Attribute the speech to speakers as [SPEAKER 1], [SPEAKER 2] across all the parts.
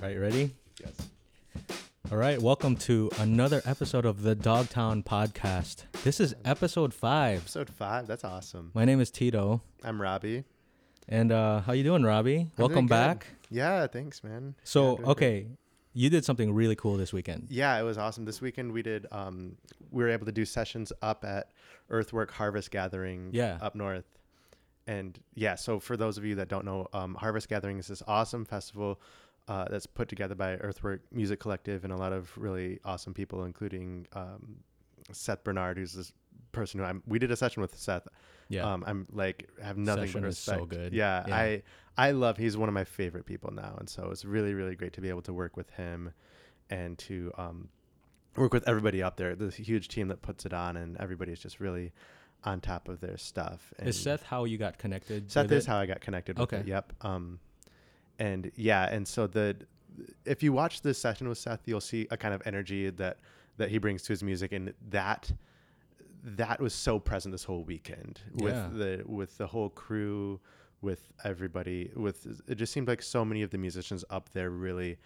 [SPEAKER 1] right, ready?
[SPEAKER 2] Yes.
[SPEAKER 1] All right, welcome to another episode of the Dogtown Podcast. This is episode five.
[SPEAKER 2] Episode five. That's awesome.
[SPEAKER 1] My name is Tito,
[SPEAKER 2] I'm Robbie.
[SPEAKER 1] and uh, how you doing, Robbie?
[SPEAKER 2] I'm
[SPEAKER 1] welcome
[SPEAKER 2] doing good.
[SPEAKER 1] back.
[SPEAKER 2] Yeah. Thanks, man. Yeah, I'm
[SPEAKER 1] So,
[SPEAKER 2] doing good.
[SPEAKER 1] okay, you did something really cool this weekend.
[SPEAKER 2] Yeah, it was awesome. This weekend we did. Um, we were able to do sessions up at Earthwork Harvest Gathering.
[SPEAKER 1] Yeah.
[SPEAKER 2] Up north. And yeah, so for those of you that don't know, um, Harvest Gathering is this awesome festival uh, that's put together by Earthwork Music Collective and a lot of really awesome people, including um, Seth Bernard, who's this person who I'm. We did a session with Seth.
[SPEAKER 1] Yeah.
[SPEAKER 2] Um, I'm like have nothing
[SPEAKER 1] Session
[SPEAKER 2] but
[SPEAKER 1] is so
[SPEAKER 2] respect.
[SPEAKER 1] good.
[SPEAKER 2] Yeah,
[SPEAKER 1] Yeah.
[SPEAKER 2] I I love. He's one of my favorite people now, and so it's really really great to be able to work with him, and to um, work with everybody up there. The huge team that puts it on, and everybody's just really on top of their stuff. And
[SPEAKER 1] is Seth how you got connected?
[SPEAKER 2] Seth
[SPEAKER 1] with
[SPEAKER 2] is
[SPEAKER 1] it?
[SPEAKER 2] how I got connected. With
[SPEAKER 1] Okay.
[SPEAKER 2] It. Yep. Um, and yeah, and so the if you watch this session with Seth, you'll see a kind of energy that that he brings to his music, and that that was so present this whole weekend with
[SPEAKER 1] Yeah.
[SPEAKER 2] the with the whole crew, with everybody, with it just seemed like so many of the musicians up there really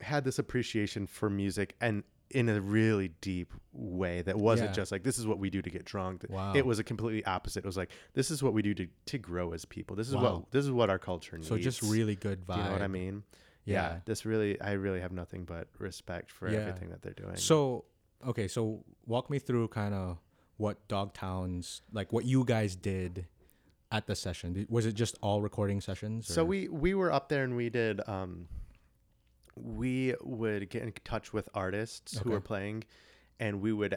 [SPEAKER 2] had this appreciation for music and in a really deep way that wasn't
[SPEAKER 1] Yeah.
[SPEAKER 2] just like this is what we do to get drunk
[SPEAKER 1] Wow.
[SPEAKER 2] it was a completely opposite it was like this is what we do to, to grow as people this is
[SPEAKER 1] Wow.
[SPEAKER 2] what this is what our culture needs
[SPEAKER 1] So just really good vibe.
[SPEAKER 2] do you know what i mean
[SPEAKER 1] Yeah.
[SPEAKER 2] this really i really have nothing but respect for
[SPEAKER 1] Yeah.
[SPEAKER 2] everything that they're doing
[SPEAKER 1] So, okay, so walk me through kind of what Dogtown's like what you guys did at the session. Did- Was it just all recording sessions?
[SPEAKER 2] So
[SPEAKER 1] or-
[SPEAKER 2] we we were up there and we did um we would get in touch with artists who
[SPEAKER 1] Okay.
[SPEAKER 2] were playing and we would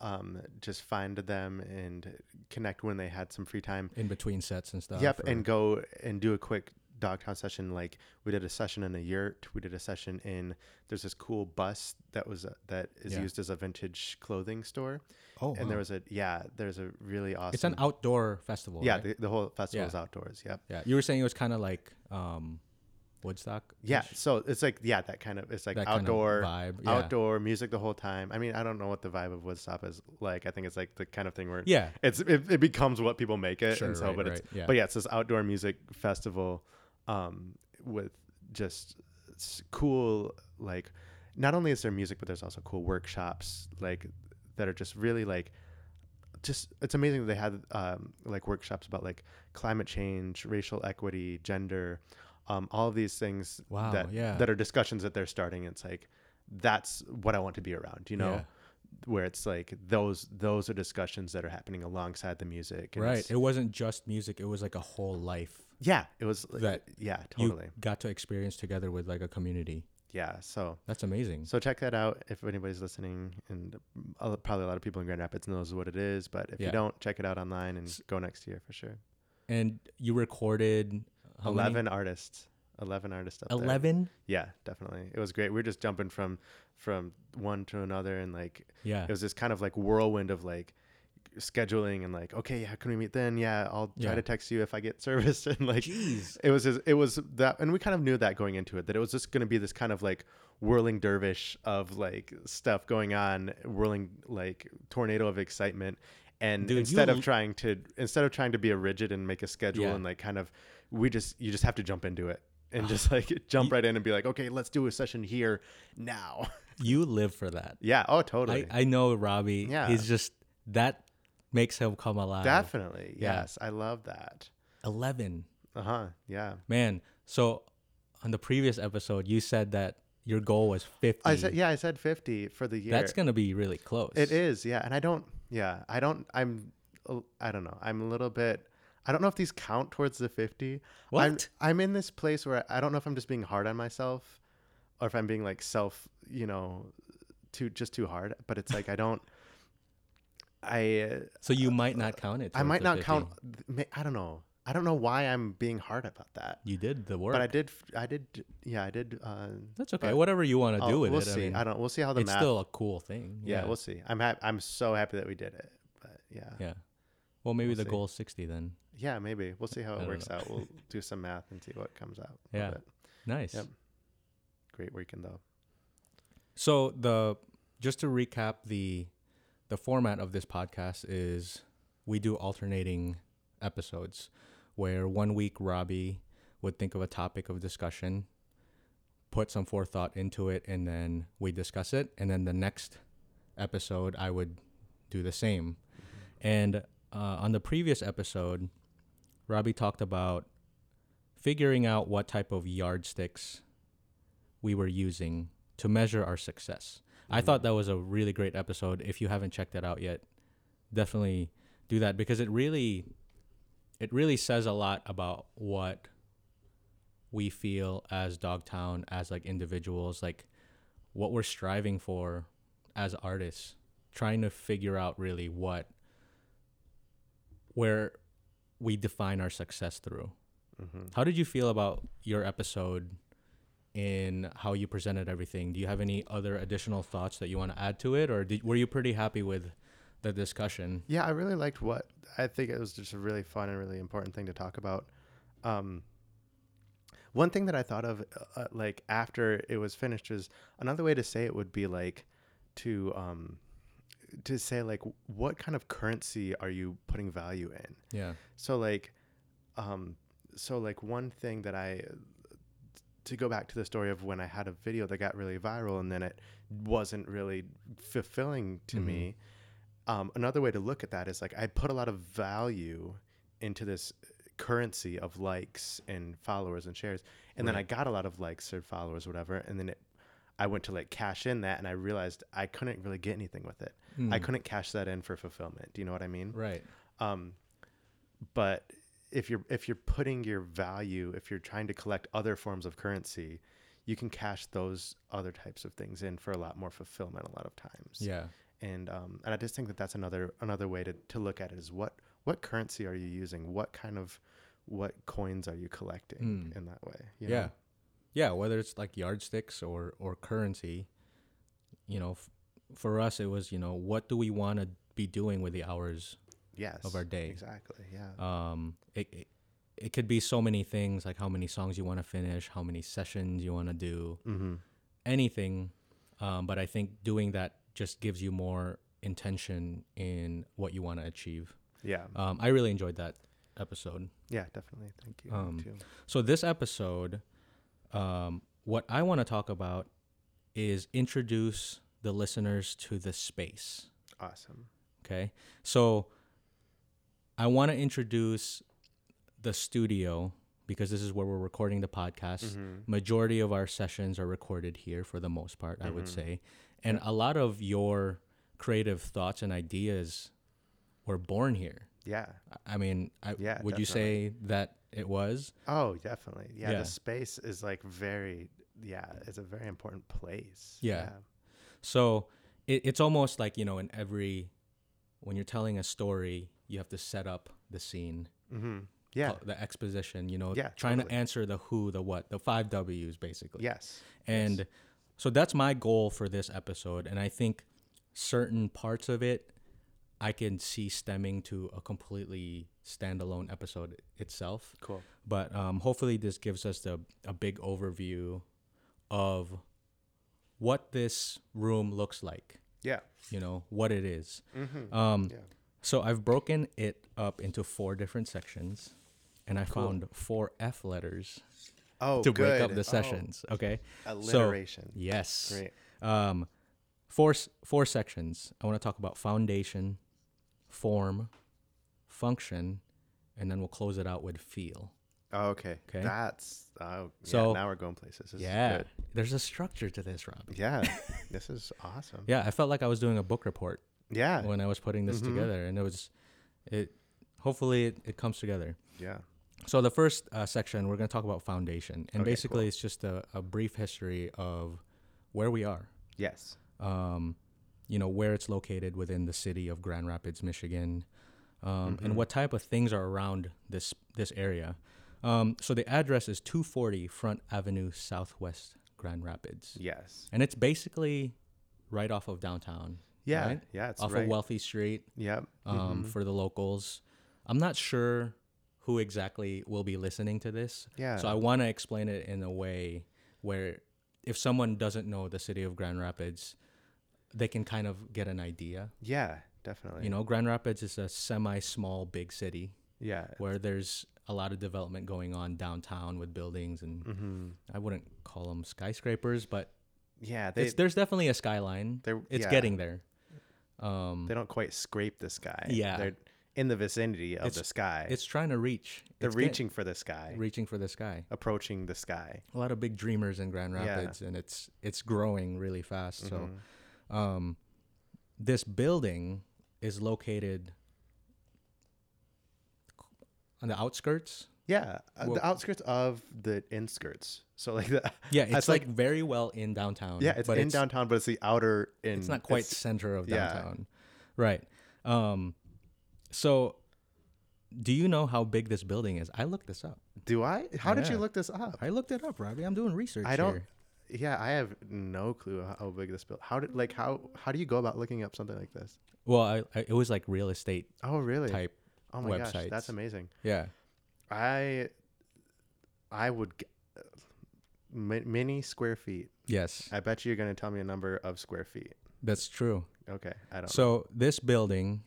[SPEAKER 2] um just find them and connect when they had some free time.
[SPEAKER 1] in between sets and stuff.
[SPEAKER 2] yep,
[SPEAKER 1] or-
[SPEAKER 2] and go and do a quick Dogtown session like we did a session in a yurt, we did a session in there's this cool bus that was uh, that is
[SPEAKER 1] Yeah.
[SPEAKER 2] used as a vintage clothing store.
[SPEAKER 1] oh,
[SPEAKER 2] and
[SPEAKER 1] wow.
[SPEAKER 2] there was a yeah, there's a really awesome
[SPEAKER 1] it's an outdoor festival.
[SPEAKER 2] Yeah,
[SPEAKER 1] right?
[SPEAKER 2] the, the whole festival
[SPEAKER 1] Yeah.
[SPEAKER 2] is outdoors. Yep.
[SPEAKER 1] yeah. You were saying it was kind of like um, Woodstock.
[SPEAKER 2] Yeah, so it's like yeah, that kind of it's like
[SPEAKER 1] That kind of
[SPEAKER 2] outdoor
[SPEAKER 1] vibe, yeah.
[SPEAKER 2] outdoor music the whole time. I mean, I don't know what the vibe of Woodstock is like. I think it's like the kind of thing where
[SPEAKER 1] Yeah.
[SPEAKER 2] it's it, it becomes what people make it.
[SPEAKER 1] Sure,
[SPEAKER 2] and so,
[SPEAKER 1] right,
[SPEAKER 2] but
[SPEAKER 1] right,
[SPEAKER 2] it's
[SPEAKER 1] yeah.
[SPEAKER 2] but yeah, it's this outdoor music festival um, with just s- cool like not only is there music, but there's also cool workshops like that are just really like just it's amazing that they had um, like workshops about like climate change, racial equity, gender, um, all of these things
[SPEAKER 1] Wow,
[SPEAKER 2] that
[SPEAKER 1] yeah.
[SPEAKER 2] that are discussions that they're starting. It's like that's what I want to be around, you know,
[SPEAKER 1] Yeah.
[SPEAKER 2] where it's like those those are discussions that are happening alongside the music. and
[SPEAKER 1] Right.
[SPEAKER 2] it's-
[SPEAKER 1] It wasn't just music. It was like a whole life
[SPEAKER 2] yeah, it was like,
[SPEAKER 1] that
[SPEAKER 2] yeah, totally.
[SPEAKER 1] you got to experience together with like a community.
[SPEAKER 2] yeah, so
[SPEAKER 1] That's amazing.
[SPEAKER 2] So check that out if anybody's listening, and a lo- probably a lot of people in Grand Rapids knows what it is. But if
[SPEAKER 1] Yeah.
[SPEAKER 2] you don't, check it out online and go next year for sure.
[SPEAKER 1] And you recorded how many?
[SPEAKER 2] Eleven artists, eleven artists up there.
[SPEAKER 1] 11?
[SPEAKER 2] Yeah, definitely. It was great. We were just jumping from from one to another, and like
[SPEAKER 1] Yeah.
[SPEAKER 2] it was this kind of like whirlwind of like scheduling and like okay, yeah, can we meet then? Yeah, I'll try
[SPEAKER 1] Yeah.
[SPEAKER 2] to text you if I get service, and like
[SPEAKER 1] Jeez.
[SPEAKER 2] it was just, it was that, and we kind of knew that going into it that it was just going to be this kind of like whirling dervish of like stuff going on, whirling like tornado of excitement. And
[SPEAKER 1] Dude, you
[SPEAKER 2] instead
[SPEAKER 1] l-
[SPEAKER 2] of trying to instead of trying to be a rigid and make a schedule
[SPEAKER 1] Yeah. Ah.
[SPEAKER 2] and like kind of we just you just have to jump into it and just like jump right in and be like okay let's do a session here now
[SPEAKER 1] You live for that.
[SPEAKER 2] yeah oh totally
[SPEAKER 1] I, I know Robbie.
[SPEAKER 2] Yeah.
[SPEAKER 1] He's just, that makes him come alive.
[SPEAKER 2] definitely
[SPEAKER 1] Um, Yeah.
[SPEAKER 2] yes I love that
[SPEAKER 1] 11.
[SPEAKER 2] uh huh yeah
[SPEAKER 1] Man. So on the previous episode, you said that your goal was 50.
[SPEAKER 2] I said yeah I said fifty for the year
[SPEAKER 1] That's going to be really close.
[SPEAKER 2] It is, yeah. And I don't, yeah, I don't, I'm, uh, I don't know. I'm a little bit, I don't know if these count towards the 50. I'm,
[SPEAKER 1] What?
[SPEAKER 2] I'm in this place where I don't know if I'm just being hard on myself or if I'm being like self, you know, too, just too hard. But it's like, I don't, I, uh,
[SPEAKER 1] So you might not count it.
[SPEAKER 2] I
[SPEAKER 1] towards
[SPEAKER 2] might
[SPEAKER 1] the
[SPEAKER 2] not
[SPEAKER 1] 50.
[SPEAKER 2] count, I don't know. I don't know why I'm being hard about that.
[SPEAKER 1] You did the work.
[SPEAKER 2] But I did, I did, yeah, I did. Uh,
[SPEAKER 1] That's okay.
[SPEAKER 2] but
[SPEAKER 1] Whatever you want to
[SPEAKER 2] I'll-
[SPEAKER 1] do with
[SPEAKER 2] Oh, we'll
[SPEAKER 1] it.
[SPEAKER 2] see.
[SPEAKER 1] I mean,
[SPEAKER 2] don't. We'll see how the
[SPEAKER 1] it's
[SPEAKER 2] math.
[SPEAKER 1] still a cool thing.
[SPEAKER 2] yeah,
[SPEAKER 1] Yeah.
[SPEAKER 2] we'll see. I'm happy. I'm so happy that we did it. But yeah.
[SPEAKER 1] yeah. Well, maybe
[SPEAKER 2] We'll
[SPEAKER 1] the
[SPEAKER 2] see.
[SPEAKER 1] goal is 60 then.
[SPEAKER 2] Yeah, maybe. We'll see how
[SPEAKER 1] I
[SPEAKER 2] it
[SPEAKER 1] don't
[SPEAKER 2] works
[SPEAKER 1] know.
[SPEAKER 2] out. We'll do some math and see what comes out. of
[SPEAKER 1] Yeah.
[SPEAKER 2] it.
[SPEAKER 1] Nice.
[SPEAKER 2] Yep. Great weekend though.
[SPEAKER 1] So the just to recap the the format of this podcast is we do alternating episodes where one week Robbie would think of a topic of discussion, put some forethought into it and then we discuss it and then the next episode I would do the same. And uh, on the previous episode, Robbie talked about figuring out what type of yardsticks we were using to measure our success. I thought that was a really great episode. If you haven't checked that out yet, definitely do that because it really it really says a lot about what we feel as Dogtown as like individuals, like what we're striving for as artists, trying to figure out really what where we define our success through. How did you feel about your episode in how you presented everything? Do you have any other additional thoughts that you want to add to it, or did, were you pretty happy with the discussion?
[SPEAKER 2] Yeah, I really liked what I think it was just a really fun and really important thing to talk about. Um, one thing that I thought of, uh, uh, like after it was finished, is another way to say it would be like to um, to say like what kind of currency are you putting value in?
[SPEAKER 1] Yeah,
[SPEAKER 2] So like, um, so like one thing that I to go back to the story of when I had a video that got really viral and then it wasn't really fulfilling to me. Um, another way to look at that is like I put a lot of value into this currency of likes and followers and shares, and then I got a lot of likes or followers, whatever, and then it. I went to like cash in that and I realized I couldn't really get anything with it.
[SPEAKER 1] Mm.
[SPEAKER 2] I couldn't cash that in for fulfillment. Do you know what I mean?
[SPEAKER 1] Hmm. right.
[SPEAKER 2] um, but if you're if you're putting your value if you're trying to collect other forms of currency you can cash those other types of things in for a lot more fulfillment a lot of times
[SPEAKER 1] Yeah,
[SPEAKER 2] and um, and i just think that that's another another way to, to look at it is what what currency are you using what kind of what coins are you collecting in that way you know?
[SPEAKER 1] Hmm. yeah, yeah. Whether it's like yardsticks or or currency, you know, f- for us it was you know what do we want to be doing with the hours
[SPEAKER 2] yes
[SPEAKER 1] of our day.
[SPEAKER 2] exactly yeah
[SPEAKER 1] um it, it it could be so many things like how many songs you want to finish how many sessions you want to do
[SPEAKER 2] mm-hmm.
[SPEAKER 1] anything um but i think doing that just gives you more intention in what you want to achieve
[SPEAKER 2] yeah
[SPEAKER 1] um i really enjoyed that episode
[SPEAKER 2] yeah definitely thank you
[SPEAKER 1] um,
[SPEAKER 2] too.
[SPEAKER 1] so this episode um what i want to talk about is introduce the listeners to the space
[SPEAKER 2] awesome
[SPEAKER 1] Okay. So I want to introduce the studio because this is where we're recording the podcast.
[SPEAKER 2] Mm-hmm.
[SPEAKER 1] Majority of our sessions are recorded here for the most part, I
[SPEAKER 2] Mm-hmm.
[SPEAKER 1] would say. And a lot of your creative thoughts and ideas were born here.
[SPEAKER 2] yeah
[SPEAKER 1] I- I mean, I,
[SPEAKER 2] Yeah,
[SPEAKER 1] would you say that it was?
[SPEAKER 2] Oh, definitely. Yeah,
[SPEAKER 1] Yeah.
[SPEAKER 2] the space is like very yeah, it's a very important place.
[SPEAKER 1] Yeah. So it, it's almost like, you know, in every, when you're telling a story, you have to set up the scene.
[SPEAKER 2] Yeah. hmm yeah.
[SPEAKER 1] co- the exposition, you know,
[SPEAKER 2] Yeah,
[SPEAKER 1] trying to
[SPEAKER 2] totally.
[SPEAKER 1] answer the who, the what, the five W's basically.
[SPEAKER 2] Yes.
[SPEAKER 1] And so that's my goal for this episode. And I think certain parts of it I can see stemming to a completely standalone episode itself.
[SPEAKER 2] Cool.
[SPEAKER 1] But um, hopefully, this gives us the, a big overview of what this room looks like,
[SPEAKER 2] Yeah.
[SPEAKER 1] you know, what it is.
[SPEAKER 2] Mhm.
[SPEAKER 1] Um,
[SPEAKER 2] Yeah.
[SPEAKER 1] so I've broken it up into four different sections, and I found four F letters
[SPEAKER 2] Oh,
[SPEAKER 1] to break
[SPEAKER 2] good.
[SPEAKER 1] up
[SPEAKER 2] Oh,
[SPEAKER 1] the sessions. Okay,
[SPEAKER 2] alliteration.
[SPEAKER 1] So, yes,
[SPEAKER 2] Great.
[SPEAKER 1] Um, four s- four sections. I want to talk about foundation, form, function, and then we'll close it out with feel.
[SPEAKER 2] oh, okay.
[SPEAKER 1] Okay.
[SPEAKER 2] That's oh yeah,
[SPEAKER 1] So-
[SPEAKER 2] now we're going places. This is
[SPEAKER 1] yeah,
[SPEAKER 2] good.
[SPEAKER 1] there's a structure to this, Rob.
[SPEAKER 2] Yeah. this is awesome.
[SPEAKER 1] Yeah, I felt like I was doing a book report
[SPEAKER 2] Yeah. Mm-hmm.
[SPEAKER 1] when I was putting this together, and it was, it. Hopefully, it, it comes together.
[SPEAKER 2] Yeah.
[SPEAKER 1] So the first uh, section, we're going to talk about foundation, and
[SPEAKER 2] Okay,
[SPEAKER 1] basically it's just a, a brief history of where we are.
[SPEAKER 2] Yes.
[SPEAKER 1] Um, you know where it's located within the city of Grand Rapids, Michigan, um, and what type of things are around this this area. Um, so the address is 240 Front Avenue Southwest, Grand Rapids,
[SPEAKER 2] Yes.
[SPEAKER 1] and it's basically right off of downtown.
[SPEAKER 2] Yeah.
[SPEAKER 1] right?
[SPEAKER 2] Yeah, it's
[SPEAKER 1] off
[SPEAKER 2] right.
[SPEAKER 1] of Wealthy Street
[SPEAKER 2] Yep.
[SPEAKER 1] um, for the locals. I'm not sure who exactly will be listening to this.
[SPEAKER 2] Yeah.
[SPEAKER 1] So I want to explain it in a way where if someone doesn't know the city of Grand Rapids, they can kind of get an idea.
[SPEAKER 2] yeah, definitely.
[SPEAKER 1] You know, Grand Rapids is a semi small big city.
[SPEAKER 2] yeah
[SPEAKER 1] where there's a lot of development going on downtown with buildings and
[SPEAKER 2] hmm
[SPEAKER 1] I wouldn't call them skyscrapers, but
[SPEAKER 2] yeah they
[SPEAKER 1] it's, there's definitely a skyline.
[SPEAKER 2] they're
[SPEAKER 1] It's
[SPEAKER 2] yeah,
[SPEAKER 1] getting there. Um,
[SPEAKER 2] they don't quite scrape the sky
[SPEAKER 1] Yeah.
[SPEAKER 2] they're in the vicinity of
[SPEAKER 1] It's-
[SPEAKER 2] the sky
[SPEAKER 1] it's trying to reach.
[SPEAKER 2] they're
[SPEAKER 1] It's get-
[SPEAKER 2] reaching for the sky
[SPEAKER 1] reaching for the sky.
[SPEAKER 2] approaching the sky
[SPEAKER 1] A lot of big dreamers in Grand
[SPEAKER 2] Yeah.
[SPEAKER 1] Rapids, and it's it's growing really fast.
[SPEAKER 2] Mm-hmm.
[SPEAKER 1] So, um, this building is located on the outskirts.
[SPEAKER 2] yeah uh,
[SPEAKER 1] Well-
[SPEAKER 2] the outskirts of the inskirts so like the
[SPEAKER 1] Yeah, it's,
[SPEAKER 2] It's
[SPEAKER 1] like,
[SPEAKER 2] like-
[SPEAKER 1] very well in downtown.
[SPEAKER 2] yeah it's
[SPEAKER 1] but
[SPEAKER 2] in
[SPEAKER 1] it's,
[SPEAKER 2] downtown but it's the outer in
[SPEAKER 1] It's not quite center of
[SPEAKER 2] yeah.
[SPEAKER 1] downtown, right? Um, so, do you know how big this building is? I looked this up.
[SPEAKER 2] do i how did you
[SPEAKER 1] Yeah.
[SPEAKER 2] look this up
[SPEAKER 1] I looked it up, Robbie. I'm doing research.
[SPEAKER 2] I don't.
[SPEAKER 1] here.
[SPEAKER 2] Yeah, I have no clue how big this build. How did like how how do you go about looking up something like this?
[SPEAKER 1] Well, I, I, it was like real estate
[SPEAKER 2] Oh really?
[SPEAKER 1] type.
[SPEAKER 2] oh my gosh,
[SPEAKER 1] websites.
[SPEAKER 2] that's amazing.
[SPEAKER 1] Yeah.
[SPEAKER 2] I I would g- ma- many square feet.
[SPEAKER 1] Yes,
[SPEAKER 2] I bet you're gonna tell me a number of square feet.
[SPEAKER 1] that's true.
[SPEAKER 2] Okay, I don't.
[SPEAKER 1] So this building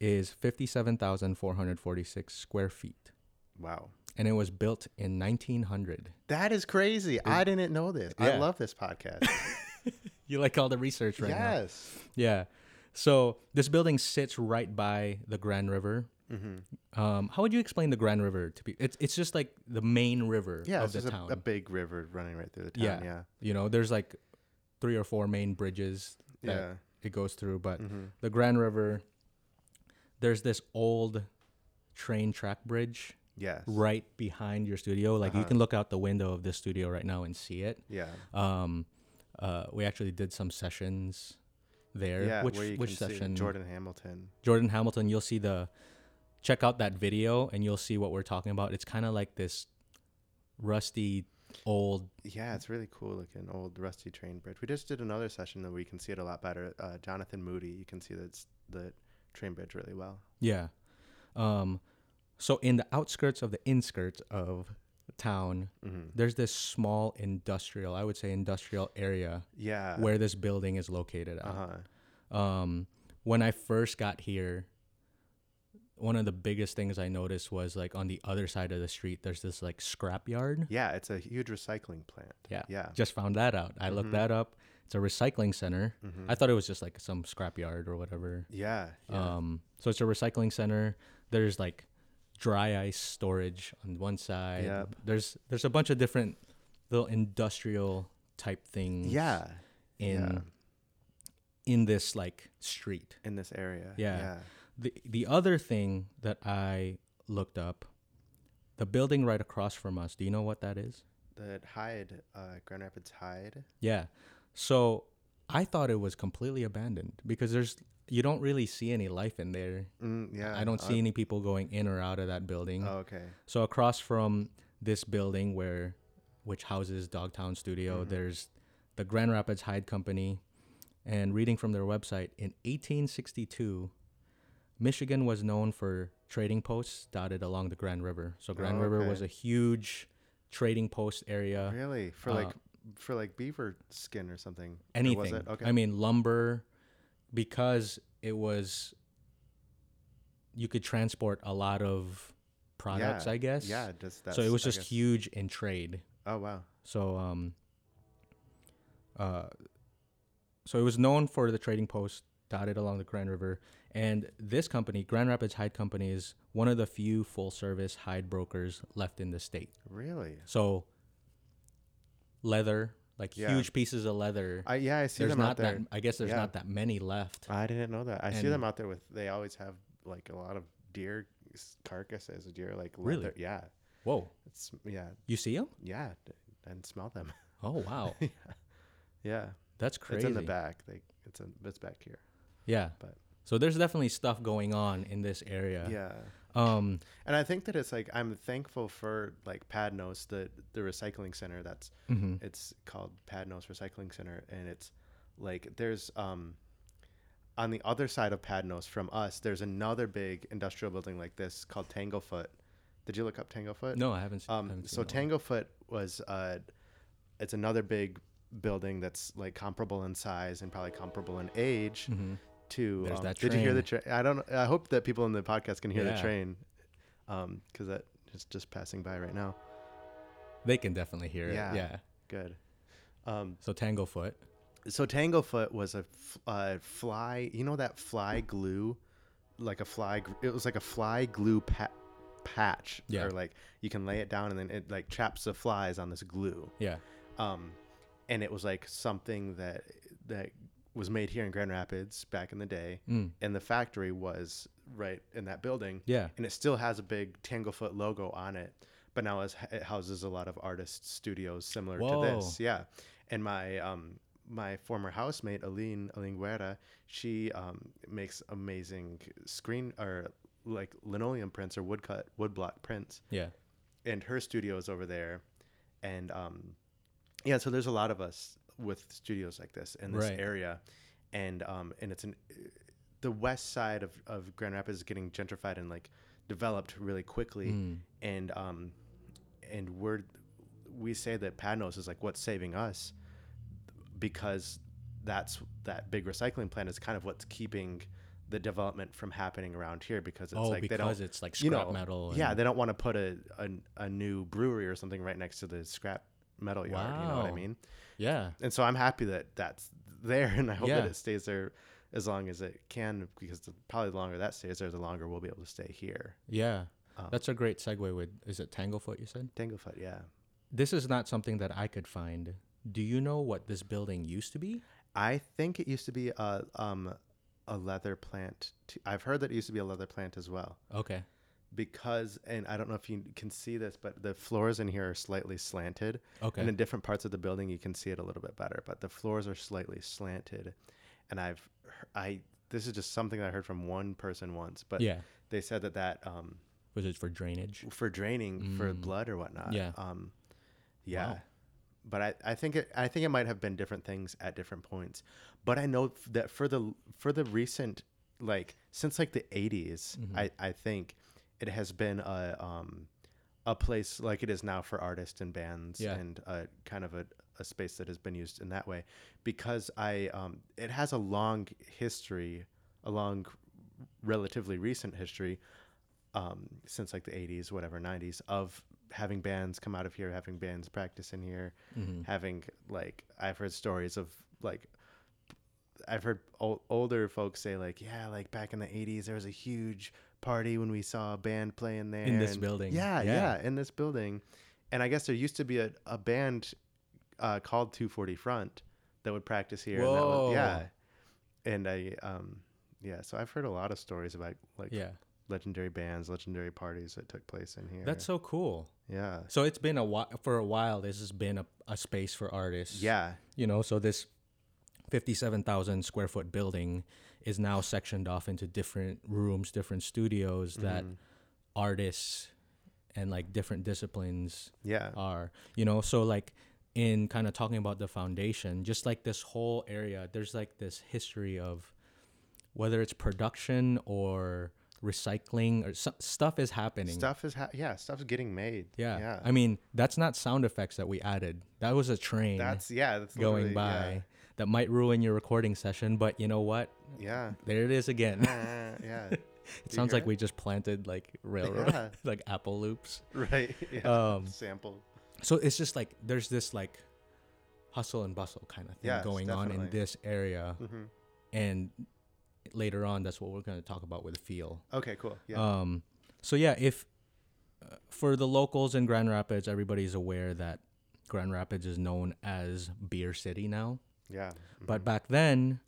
[SPEAKER 1] is 57,446 square feet
[SPEAKER 2] wow,
[SPEAKER 1] and it was built in 1900.
[SPEAKER 2] that is crazy. I didn't know this.
[SPEAKER 1] Yeah.
[SPEAKER 2] I love this podcast.
[SPEAKER 1] You like all the research right now?
[SPEAKER 2] yes.
[SPEAKER 1] Yeah. So this building sits right by the Grand River.
[SPEAKER 2] Mm-hmm.
[SPEAKER 1] Um, how would you explain the Grand River to people? It's, it's just like the main river
[SPEAKER 2] Yeah,
[SPEAKER 1] of
[SPEAKER 2] it's
[SPEAKER 1] the
[SPEAKER 2] just a,
[SPEAKER 1] town.
[SPEAKER 2] a big river running right through the town.
[SPEAKER 1] Yeah.
[SPEAKER 2] Yeah. Yeah.
[SPEAKER 1] you know, there's like three or four main bridges that
[SPEAKER 2] Yeah. Mm-hmm.
[SPEAKER 1] it goes through, but the Grand River, there's this old train track bridge
[SPEAKER 2] Yes. Uh-huh.
[SPEAKER 1] right behind your studio. Like you can look out the window of this studio right now and see it.
[SPEAKER 2] Yeah.
[SPEAKER 1] Um, uh, we actually did some sessions there.
[SPEAKER 2] Yeah.
[SPEAKER 1] which
[SPEAKER 2] where you
[SPEAKER 1] which
[SPEAKER 2] can see
[SPEAKER 1] session?
[SPEAKER 2] Jordan Hamilton.
[SPEAKER 1] Jordan Hamilton. You'll see the check out that video and you'll see what we're talking about. It's kind of like this rusty old.
[SPEAKER 2] Yeah, it's really cool looking old rusty train bridge. We just did another session that we can see it a lot better. Uh, Jonathan Moody, you can see that's the train bridge really well.
[SPEAKER 1] Yeah. Um, so in the outskirts of the inskirts of town,
[SPEAKER 2] Mm-hmm.
[SPEAKER 1] there's this small industrial, I would say industrial area
[SPEAKER 2] Yeah.
[SPEAKER 1] where this building is located at.
[SPEAKER 2] Uh huh.
[SPEAKER 1] um, when I first got here, one of the biggest things I noticed was like on the other side of the street, there's this like scrap yard.
[SPEAKER 2] Yeah, it's a huge recycling plant.
[SPEAKER 1] Yeah.
[SPEAKER 2] Yeah. Mm-hmm.
[SPEAKER 1] Just found that out. I looked that up. It's a recycling center. I thought it was just like some scrap yard or whatever.
[SPEAKER 2] Yeah. yeah.
[SPEAKER 1] Um, so it's a recycling center. There's like dry ice storage on one side.
[SPEAKER 2] Yep.
[SPEAKER 1] There's there's a bunch of different little industrial type things
[SPEAKER 2] yeah.
[SPEAKER 1] in
[SPEAKER 2] yeah.
[SPEAKER 1] in this like street.
[SPEAKER 2] In this area.
[SPEAKER 1] Yeah. The the other thing that I looked up, the building right across from us. Do you know what that is?
[SPEAKER 2] The Hyde, uh, Grand Rapids Hyde.
[SPEAKER 1] Yeah. So I thought it was completely abandoned because there's you don't really see any life in there.
[SPEAKER 2] Mm, yeah.
[SPEAKER 1] I don't
[SPEAKER 2] uh,
[SPEAKER 1] see any people going in or out of that building.
[SPEAKER 2] Oh, okay.
[SPEAKER 1] So across from this building where which houses Dogtown Studio,
[SPEAKER 2] Mm-hmm.
[SPEAKER 1] there's the Grand Rapids Hyde Company. And reading from their website, in 1862, Michigan was known for trading posts dotted along the Grand River. So Grand
[SPEAKER 2] Oh,
[SPEAKER 1] River
[SPEAKER 2] okay. Oh,
[SPEAKER 1] was a huge trading post area.
[SPEAKER 2] Really? For
[SPEAKER 1] uh,
[SPEAKER 2] like for like beaver skin or something. Or
[SPEAKER 1] Anything.
[SPEAKER 2] Was it? Okay.
[SPEAKER 1] I mean lumber because it was you could transport a lot of products,
[SPEAKER 2] Yeah,
[SPEAKER 1] I guess.
[SPEAKER 2] yeah, just that.
[SPEAKER 1] So it was just huge in trade.
[SPEAKER 2] Oh wow.
[SPEAKER 1] So um uh so it was known for the trading post dotted along the Grand River and this company, Grand Rapids Hide Company is one of the few full service hide brokers left in the state.
[SPEAKER 2] Really?
[SPEAKER 1] So leather, like
[SPEAKER 2] Yeah.
[SPEAKER 1] huge pieces of leather.
[SPEAKER 2] I yeah, I see
[SPEAKER 1] there's
[SPEAKER 2] them
[SPEAKER 1] not
[SPEAKER 2] out there.
[SPEAKER 1] that I guess there's
[SPEAKER 2] Yeah.
[SPEAKER 1] not that many left.
[SPEAKER 2] I didn't know that. I see
[SPEAKER 1] And-
[SPEAKER 2] them out there with. They always have like a lot of deer s- carcasses, deer like
[SPEAKER 1] Really?
[SPEAKER 2] leather- Yeah,
[SPEAKER 1] Whoa.
[SPEAKER 2] it's yeah,
[SPEAKER 1] You see them?
[SPEAKER 2] yeah, d- and smell them.
[SPEAKER 1] Oh wow.
[SPEAKER 2] yeah,
[SPEAKER 1] That's crazy.
[SPEAKER 2] it's in the back. They it's in, it's back here.
[SPEAKER 1] Yeah.
[SPEAKER 2] but-
[SPEAKER 1] So there's definitely stuff going on in this area.
[SPEAKER 2] Yeah.
[SPEAKER 1] Um
[SPEAKER 2] and I think that it's like I'm thankful for like Padnos, the the recycling center. That's
[SPEAKER 1] mhm.
[SPEAKER 2] it's called Padnos Recycling Center, and it's like there's um on the other side of Padnos from us. There's another big industrial building like this called Tanglefoot. Did you look up Tanglefoot?
[SPEAKER 1] No, I haven't, se- I
[SPEAKER 2] Um,
[SPEAKER 1] haven't seen
[SPEAKER 2] so
[SPEAKER 1] that one.
[SPEAKER 2] Tanglefoot was uh, it's another big building that's like comparable in size and probably comparable in age
[SPEAKER 1] Hmm.
[SPEAKER 2] to.
[SPEAKER 1] There's
[SPEAKER 2] um,
[SPEAKER 1] that
[SPEAKER 2] Did you hear the train? I don't. I hope that people in the podcast can hear
[SPEAKER 1] Yeah.
[SPEAKER 2] the train. um because that is just passing by right now
[SPEAKER 1] They can definitely hear
[SPEAKER 2] Yeah.
[SPEAKER 1] it. Yeah.
[SPEAKER 2] good um
[SPEAKER 1] So Tanglefoot.
[SPEAKER 2] so tanglefoot was a f- uh, fly you know that fly glue like a fly gr- it was like a fly glue pa- patch
[SPEAKER 1] Yeah.
[SPEAKER 2] or like you can lay it down and then it like traps the flies on this glue
[SPEAKER 1] Yeah.
[SPEAKER 2] um, and it was like something that that was made here in Grand Rapids back in the day,
[SPEAKER 1] Mm.
[SPEAKER 2] and the factory was right in that building.
[SPEAKER 1] Yeah.
[SPEAKER 2] and it still has a big Tanglefoot logo on it, but now it's, it houses a lot of artist studios similar
[SPEAKER 1] Whoa.
[SPEAKER 2] to this. Yeah, and my um my former housemate Aline Aline Guerra, she um makes amazing screen or like linoleum prints or woodcut woodblock prints
[SPEAKER 1] Yeah.
[SPEAKER 2] and her studio is over there and um yeah so there's a lot of us with studios like this in this
[SPEAKER 1] Right.
[SPEAKER 2] area and um and it's an the west side of, of grand rapids is getting gentrified and like developed really quickly
[SPEAKER 1] Mm.
[SPEAKER 2] and um and we're we say that panos is like what's saving us because that's that big recycling plant is kind of what's keeping the development from happening around here because it's
[SPEAKER 1] oh,
[SPEAKER 2] like they don't
[SPEAKER 1] because it's like scrap metal.
[SPEAKER 2] yeah,
[SPEAKER 1] and-
[SPEAKER 2] they don't want to put a, a a new brewery or something right next to the scrap metal yard. You know what I
[SPEAKER 1] Wow.
[SPEAKER 2] mean?
[SPEAKER 1] yeah.
[SPEAKER 2] And so I'm happy that that's there, and I hope
[SPEAKER 1] Yeah.
[SPEAKER 2] that it stays there as long as it can, because the, probably the longer that stays there, the longer we'll be able to stay here.
[SPEAKER 1] Yeah.
[SPEAKER 2] Um,
[SPEAKER 1] That's a great segue with is it Tanglefoot you said?
[SPEAKER 2] Tanglefoot, yeah.
[SPEAKER 1] This is not something that I could find. Do you know what this building used to be?
[SPEAKER 2] I think it used to be a um a leather plant. T- I've heard that it used to be a leather plant as well,
[SPEAKER 1] Okay.
[SPEAKER 2] because and I don't know if you can see this, but the floors in here are slightly slanted.
[SPEAKER 1] Okay.
[SPEAKER 2] And in different parts of the building, you can see it a little bit better, but the floors are slightly slanted. And I've, he- I, this is just something I heard from one person once, but
[SPEAKER 1] yeah.
[SPEAKER 2] they said that that, um,
[SPEAKER 1] Was it for drainage?
[SPEAKER 2] for draining for blood or whatnot.
[SPEAKER 1] Mm. Yeah.
[SPEAKER 2] Um, yeah.
[SPEAKER 1] Wow.
[SPEAKER 2] But I, I think it, I think it might have been different things at different points. But I know f- that for the for the recent like since like the 80s, I, I think it has been a um a place like it is now for artists and bands
[SPEAKER 1] Yeah.
[SPEAKER 2] and uh, kind of a, a space that has been used in that way because I um, it has a long history, a long relatively recent history um, since like the 80s, whatever, 90s, of having bands come out of here, having bands practice in here,
[SPEAKER 1] Mm-hmm.
[SPEAKER 2] having like, I've heard stories of like, I've heard ol- older folks say, like, yeah, like back in the 80s, there was a huge party when we saw a band playing there.
[SPEAKER 1] this
[SPEAKER 2] and-
[SPEAKER 1] building.
[SPEAKER 2] Yeah,
[SPEAKER 1] Yeah.
[SPEAKER 2] yeah, in this building. And I guess there used to be a, a band uh, called 240 Front that would practice here. And that
[SPEAKER 1] Whoa.
[SPEAKER 2] was, yeah. And I, um, yeah, so I've heard a lot of stories about like
[SPEAKER 1] Yeah.
[SPEAKER 2] legendary bands, legendary parties that took place in here.
[SPEAKER 1] That's so cool.
[SPEAKER 2] yeah,
[SPEAKER 1] So it's been a while for a while this has been a, a space for artists.
[SPEAKER 2] yeah,
[SPEAKER 1] You know, so this 57,000 square foot building is now sectioned off into different rooms, different studios
[SPEAKER 2] Mm-hmm.
[SPEAKER 1] that artists and like different disciplines
[SPEAKER 2] yeah,
[SPEAKER 1] are you know so like in kind of talking about the foundation just like this whole area there's like this history of whether it's production or recycling or so- stuff is happening
[SPEAKER 2] stuff is ha- yeah, stuff's getting made.
[SPEAKER 1] yeah.
[SPEAKER 2] yeah,
[SPEAKER 1] i mean that's not sound effects that we added that was a train
[SPEAKER 2] that's yeah, that's
[SPEAKER 1] going
[SPEAKER 2] literally-
[SPEAKER 1] by that might ruin your recording session but you know what
[SPEAKER 2] Yeah,
[SPEAKER 1] there it is again
[SPEAKER 2] yeah, Uh, yeah.
[SPEAKER 1] it sounds like
[SPEAKER 2] hear
[SPEAKER 1] we just planted like railroad
[SPEAKER 2] Yeah.
[SPEAKER 1] like apple loops
[SPEAKER 2] right. Yeah,
[SPEAKER 1] Um,
[SPEAKER 2] sample.
[SPEAKER 1] so it's just like there's this like hustle and bustle kind of thing
[SPEAKER 2] Yes,
[SPEAKER 1] going on in
[SPEAKER 2] definitely. Mm-hmm.
[SPEAKER 1] this area and later on that's what we're going to talk about with feel
[SPEAKER 2] Okay, cool. Yeah,
[SPEAKER 1] um so yeah if uh, for the locals in grand rapids everybody's aware that grand rapids is known as beer city now
[SPEAKER 2] yeah,
[SPEAKER 1] but back then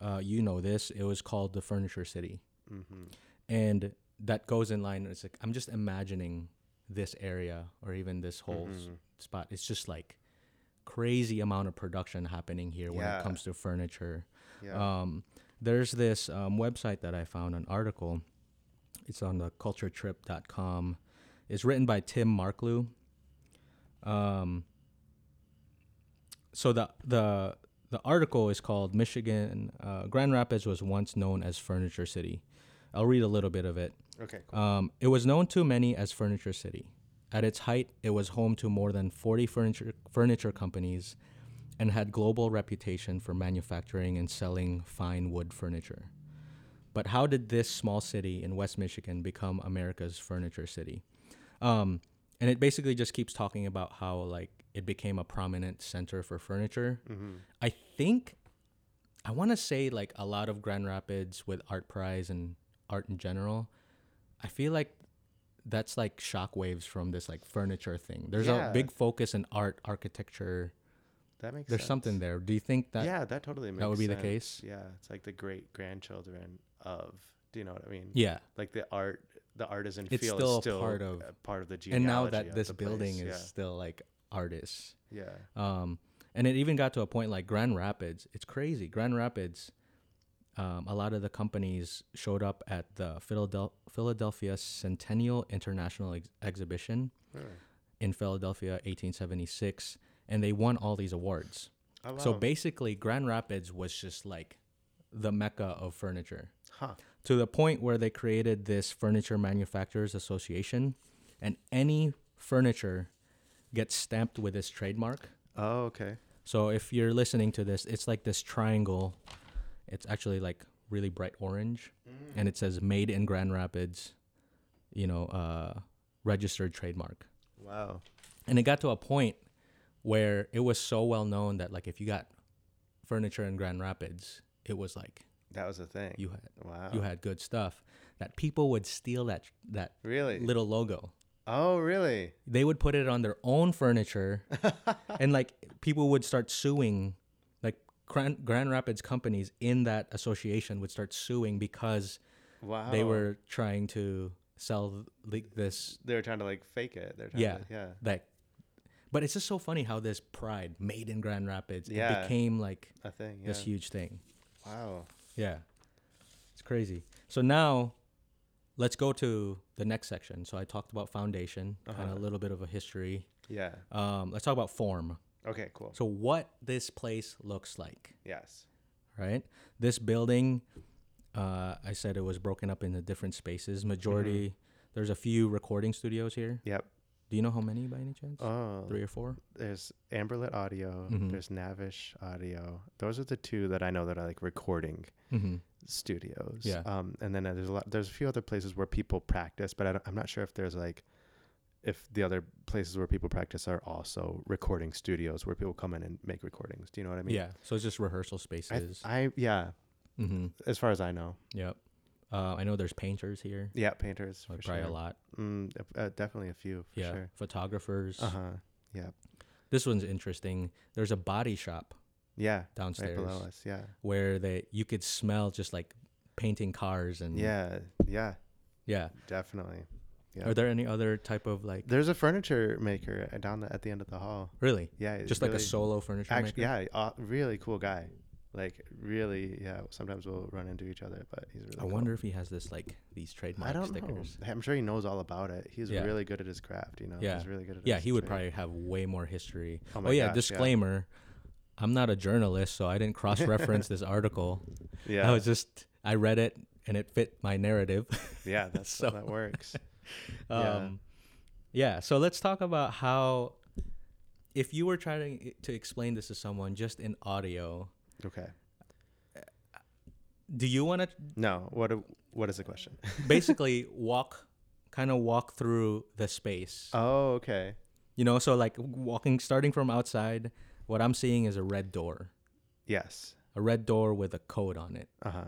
[SPEAKER 1] uh, you know this it was called the furniture city
[SPEAKER 2] mm-hmm.
[SPEAKER 1] and that goes in line it's like i'm just imagining this area or even this whole s- spot it's just like crazy amount of production happening here when it
[SPEAKER 2] Yeah.
[SPEAKER 1] comes to furniture
[SPEAKER 2] yeah.
[SPEAKER 1] um, there's this um, website that i found an article it's on the culturetrip.com it's written by tim marklew um, so the the the article is called Michigan uh, Grand Rapids was once known as Furniture City. I'll read a little bit of it.
[SPEAKER 2] okay, cool.
[SPEAKER 1] Um, it was known to many as Furniture City. At its height, it was home to more than 40 furniture furniture companies and had global reputation for manufacturing and selling fine wood furniture. But how did this small city in West Michigan become America's furniture city? Um, and it basically just keeps talking about how like it became a prominent center for furniture.
[SPEAKER 2] Mm-hmm.
[SPEAKER 1] I think I want to say like a lot of Grand Rapids with Art Prize and art in general. I feel like that's like shockwaves from this like furniture thing. There's
[SPEAKER 2] Yeah.
[SPEAKER 1] a big focus in art, architecture.
[SPEAKER 2] That makes
[SPEAKER 1] There's
[SPEAKER 2] sense.
[SPEAKER 1] something there. Do you think that?
[SPEAKER 2] yeah, that totally makes
[SPEAKER 1] that would be the
[SPEAKER 2] sense.
[SPEAKER 1] case?
[SPEAKER 2] Yeah, it's like the great grandchildren of. Do you know what I mean?
[SPEAKER 1] Yeah.
[SPEAKER 2] Like the art, the artisan
[SPEAKER 1] It's
[SPEAKER 2] field
[SPEAKER 1] still
[SPEAKER 2] is
[SPEAKER 1] a
[SPEAKER 2] still
[SPEAKER 1] part of-
[SPEAKER 2] a part of the
[SPEAKER 1] And
[SPEAKER 2] genealogy.
[SPEAKER 1] now that
[SPEAKER 2] of
[SPEAKER 1] this
[SPEAKER 2] the
[SPEAKER 1] building
[SPEAKER 2] place.
[SPEAKER 1] is still like artists.
[SPEAKER 2] yeah, yeah,
[SPEAKER 1] Um, and it even got to a point like Grand Rapids. It's crazy. Grand Rapids, um, a lot of the companies showed up at the Philadel- Philadelphia Centennial International Ex- Exhibition
[SPEAKER 2] Really?
[SPEAKER 1] in Philadelphia, 1876, and they won all these awards.
[SPEAKER 2] Oh,
[SPEAKER 1] So
[SPEAKER 2] wow.
[SPEAKER 1] basically, Grand Rapids was just like the mecca of furniture
[SPEAKER 2] huh?
[SPEAKER 1] to the point where they created this Furniture Manufacturers Association, and any furniture gets stamped with this trademark.
[SPEAKER 2] Oh, okay.
[SPEAKER 1] So if you're listening to this, it's like this triangle. It's actually like really bright orange, and it says "Made in Grand Rapids," you know, uh, registered trademark.
[SPEAKER 2] Wow.
[SPEAKER 1] And it got to a point where it was so well known that like if you got furniture in Grand Rapids, it was like
[SPEAKER 2] That was a thing.
[SPEAKER 1] you had
[SPEAKER 2] wow.
[SPEAKER 1] you had good stuff. That people would steal that that
[SPEAKER 2] really?
[SPEAKER 1] little logo.
[SPEAKER 2] oh, really?
[SPEAKER 1] They would put it on their own furniture, and like people would start suing, like Grand, Grand Rapids companies in that association would start suing because
[SPEAKER 2] Wow.
[SPEAKER 1] they were trying to sell like this
[SPEAKER 2] they were trying to like fake it. They're trying
[SPEAKER 1] yeah
[SPEAKER 2] to, yeah.
[SPEAKER 1] that. But it's just so funny how this pride made in Grand Rapids it
[SPEAKER 2] Yeah.
[SPEAKER 1] became like
[SPEAKER 2] A thing. Yeah.
[SPEAKER 1] this huge thing.
[SPEAKER 2] wow.
[SPEAKER 1] Yeah. It's crazy. So now let's go to the next section. So I talked about foundation, kind
[SPEAKER 2] Uh-huh.
[SPEAKER 1] of a little bit of a history.
[SPEAKER 2] Yeah.
[SPEAKER 1] Um, let's talk about form.
[SPEAKER 2] Okay. Cool.
[SPEAKER 1] So what this place looks like,
[SPEAKER 2] yes.
[SPEAKER 1] right? This building, uh, I said it was broken up into different spaces. Majority, there's a few recording studios here.
[SPEAKER 2] Mm-hmm. Yep.
[SPEAKER 1] Do you know how many by any chance?
[SPEAKER 2] Oh,
[SPEAKER 1] Three Mm-hmm. or four?
[SPEAKER 2] there's Amberlit Audio. There's Navish Audio. Those are the two that I know that are like recording
[SPEAKER 1] Mm-hmm.
[SPEAKER 2] studios.
[SPEAKER 1] Yeah.
[SPEAKER 2] Um, and then uh, there's a lot. There's a few other places where people practice, but I don't, I'm not sure if there's like if the other places where people practice are also recording studios where people come in and make recordings. Do you know what I mean?
[SPEAKER 1] yeah. So it's just rehearsal
[SPEAKER 2] I,
[SPEAKER 1] spaces.
[SPEAKER 2] I yeah.
[SPEAKER 1] mm-hmm.
[SPEAKER 2] As far as I know,
[SPEAKER 1] Yep. Uh, I know there's painters here,
[SPEAKER 2] yeah, painters
[SPEAKER 1] like
[SPEAKER 2] for
[SPEAKER 1] probably
[SPEAKER 2] sure.
[SPEAKER 1] a lot.
[SPEAKER 2] Mm, uh, definitely a few for
[SPEAKER 1] yeah.
[SPEAKER 2] sure.
[SPEAKER 1] Photographers.
[SPEAKER 2] Uh huh. Yeah.
[SPEAKER 1] This one's interesting. There's a body shop
[SPEAKER 2] Yeah. Right
[SPEAKER 1] downstairs
[SPEAKER 2] below us. Yeah.
[SPEAKER 1] where they you could smell just like painting cars and
[SPEAKER 2] Yeah. Yeah.
[SPEAKER 1] yeah.
[SPEAKER 2] Definitely. Yeah.
[SPEAKER 1] Are there any other type of like
[SPEAKER 2] There's a furniture maker uh, down the, at the end of the hall.
[SPEAKER 1] really
[SPEAKER 2] Yeah. it's
[SPEAKER 1] just like a
[SPEAKER 2] really-
[SPEAKER 1] solo furniture
[SPEAKER 2] Actually,
[SPEAKER 1] maker?
[SPEAKER 2] yeah. Uh, really cool guy. Like really. Yeah. Sometimes we'll run into each other, but he's really.
[SPEAKER 1] I wonder if he has this like these trademark
[SPEAKER 2] I don't
[SPEAKER 1] stickers.
[SPEAKER 2] know. I'm sure he knows all about it. He's
[SPEAKER 1] Yeah.
[SPEAKER 2] really good at his craft. You know.
[SPEAKER 1] Yeah.
[SPEAKER 2] He's really good at.
[SPEAKER 1] Yeah,
[SPEAKER 2] his
[SPEAKER 1] he would
[SPEAKER 2] trade.
[SPEAKER 1] probably have way more history.
[SPEAKER 2] Oh
[SPEAKER 1] Oh,
[SPEAKER 2] my
[SPEAKER 1] yeah,
[SPEAKER 2] gosh, yeah.
[SPEAKER 1] disclaimer. I'm not a journalist, so I didn't cross reference this article.
[SPEAKER 2] Yeah.
[SPEAKER 1] I was just I read it and it fit my narrative.
[SPEAKER 2] yeah. That's
[SPEAKER 1] so-
[SPEAKER 2] that works. Yeah.
[SPEAKER 1] Um, yeah. So let's talk about how, if you were trying to explain this to someone just in audio,
[SPEAKER 2] Okay.
[SPEAKER 1] do you want to
[SPEAKER 2] No. What? do- What is the question?
[SPEAKER 1] basically walk, kind of walk through the space?
[SPEAKER 2] oh. Okay.
[SPEAKER 1] You know, so like walking, starting from outside, what I'm seeing is a red door,
[SPEAKER 2] Yes.
[SPEAKER 1] a red door with a code on it.
[SPEAKER 2] Uh huh.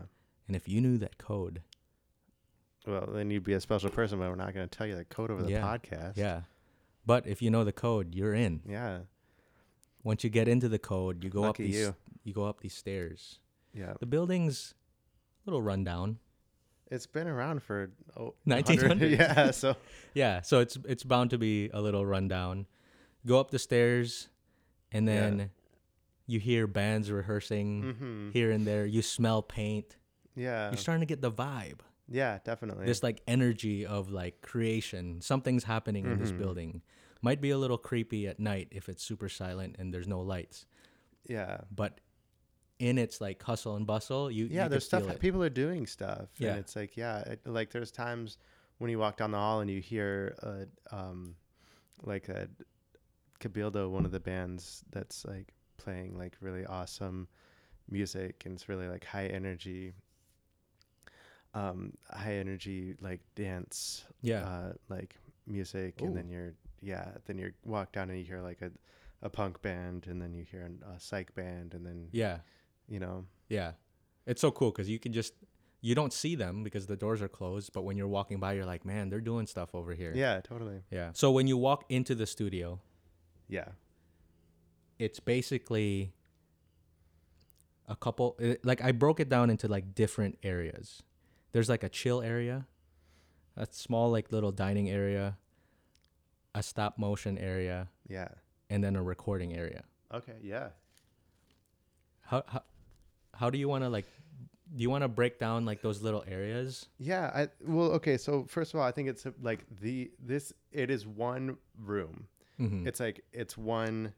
[SPEAKER 1] And if you knew that code,
[SPEAKER 2] Well, then you'd be a special person, but we're not going to tell you the code over the
[SPEAKER 1] Yeah.
[SPEAKER 2] podcast.
[SPEAKER 1] yeah. But if you know the code, you're in.
[SPEAKER 2] Yeah.
[SPEAKER 1] Once you get into the code, you go up
[SPEAKER 2] Lucky
[SPEAKER 1] these
[SPEAKER 2] you.
[SPEAKER 1] you go up these stairs.
[SPEAKER 2] Yeah.
[SPEAKER 1] The building's a little rundown.
[SPEAKER 2] It's been around for oh,
[SPEAKER 1] 1900s.
[SPEAKER 2] Yeah. So,
[SPEAKER 1] Yeah, so it's it's bound to be a little rundown. Go up the stairs, and
[SPEAKER 2] Yeah.
[SPEAKER 1] then you hear bands rehearsing
[SPEAKER 2] hmm
[SPEAKER 1] here and there. You smell paint.
[SPEAKER 2] yeah.
[SPEAKER 1] You're starting to get the vibe.
[SPEAKER 2] yeah, definitely.
[SPEAKER 1] This like energy of like creation. Something's happening in
[SPEAKER 2] Mm-hmm.
[SPEAKER 1] this building. Might be a little creepy at night if it's super silent and there's no lights,
[SPEAKER 2] yeah.
[SPEAKER 1] but in its like hustle and bustle, you
[SPEAKER 2] Yeah.
[SPEAKER 1] you
[SPEAKER 2] there's
[SPEAKER 1] there's
[SPEAKER 2] stuff.
[SPEAKER 1] feel it.
[SPEAKER 2] People are doing stuff.
[SPEAKER 1] Yeah.
[SPEAKER 2] And it's like, yeah. It, like, there's times when you walk down the hall and you hear, a, um, like, a Cabildo, one of the bands that's like playing like really awesome music and it's really like high energy. um, high energy like dance,
[SPEAKER 1] Yeah.
[SPEAKER 2] uh, like music, and then you're yeah, then you walk down and you hear like a a punk band, and then you hear an, a psych band, and then
[SPEAKER 1] yeah.
[SPEAKER 2] you know
[SPEAKER 1] Yeah. It's so cool because you can just, you don't see them because the doors are closed. But when you're walking by, you're like, man, they're doing stuff over here.
[SPEAKER 2] yeah, totally
[SPEAKER 1] Yeah. So when you walk into the studio,
[SPEAKER 2] yeah
[SPEAKER 1] it's basically a couple it- like i broke it down into like different areas there's like a chill area a small like little dining area a stop motion area
[SPEAKER 2] yeah
[SPEAKER 1] and then a recording area
[SPEAKER 2] okay yeah
[SPEAKER 1] how how, how do you want to like do you want to break down like those little areas
[SPEAKER 2] yeah I well okay so first of all I think it's uh, like the this it is one room
[SPEAKER 1] mm-hmm.
[SPEAKER 2] it's like it's one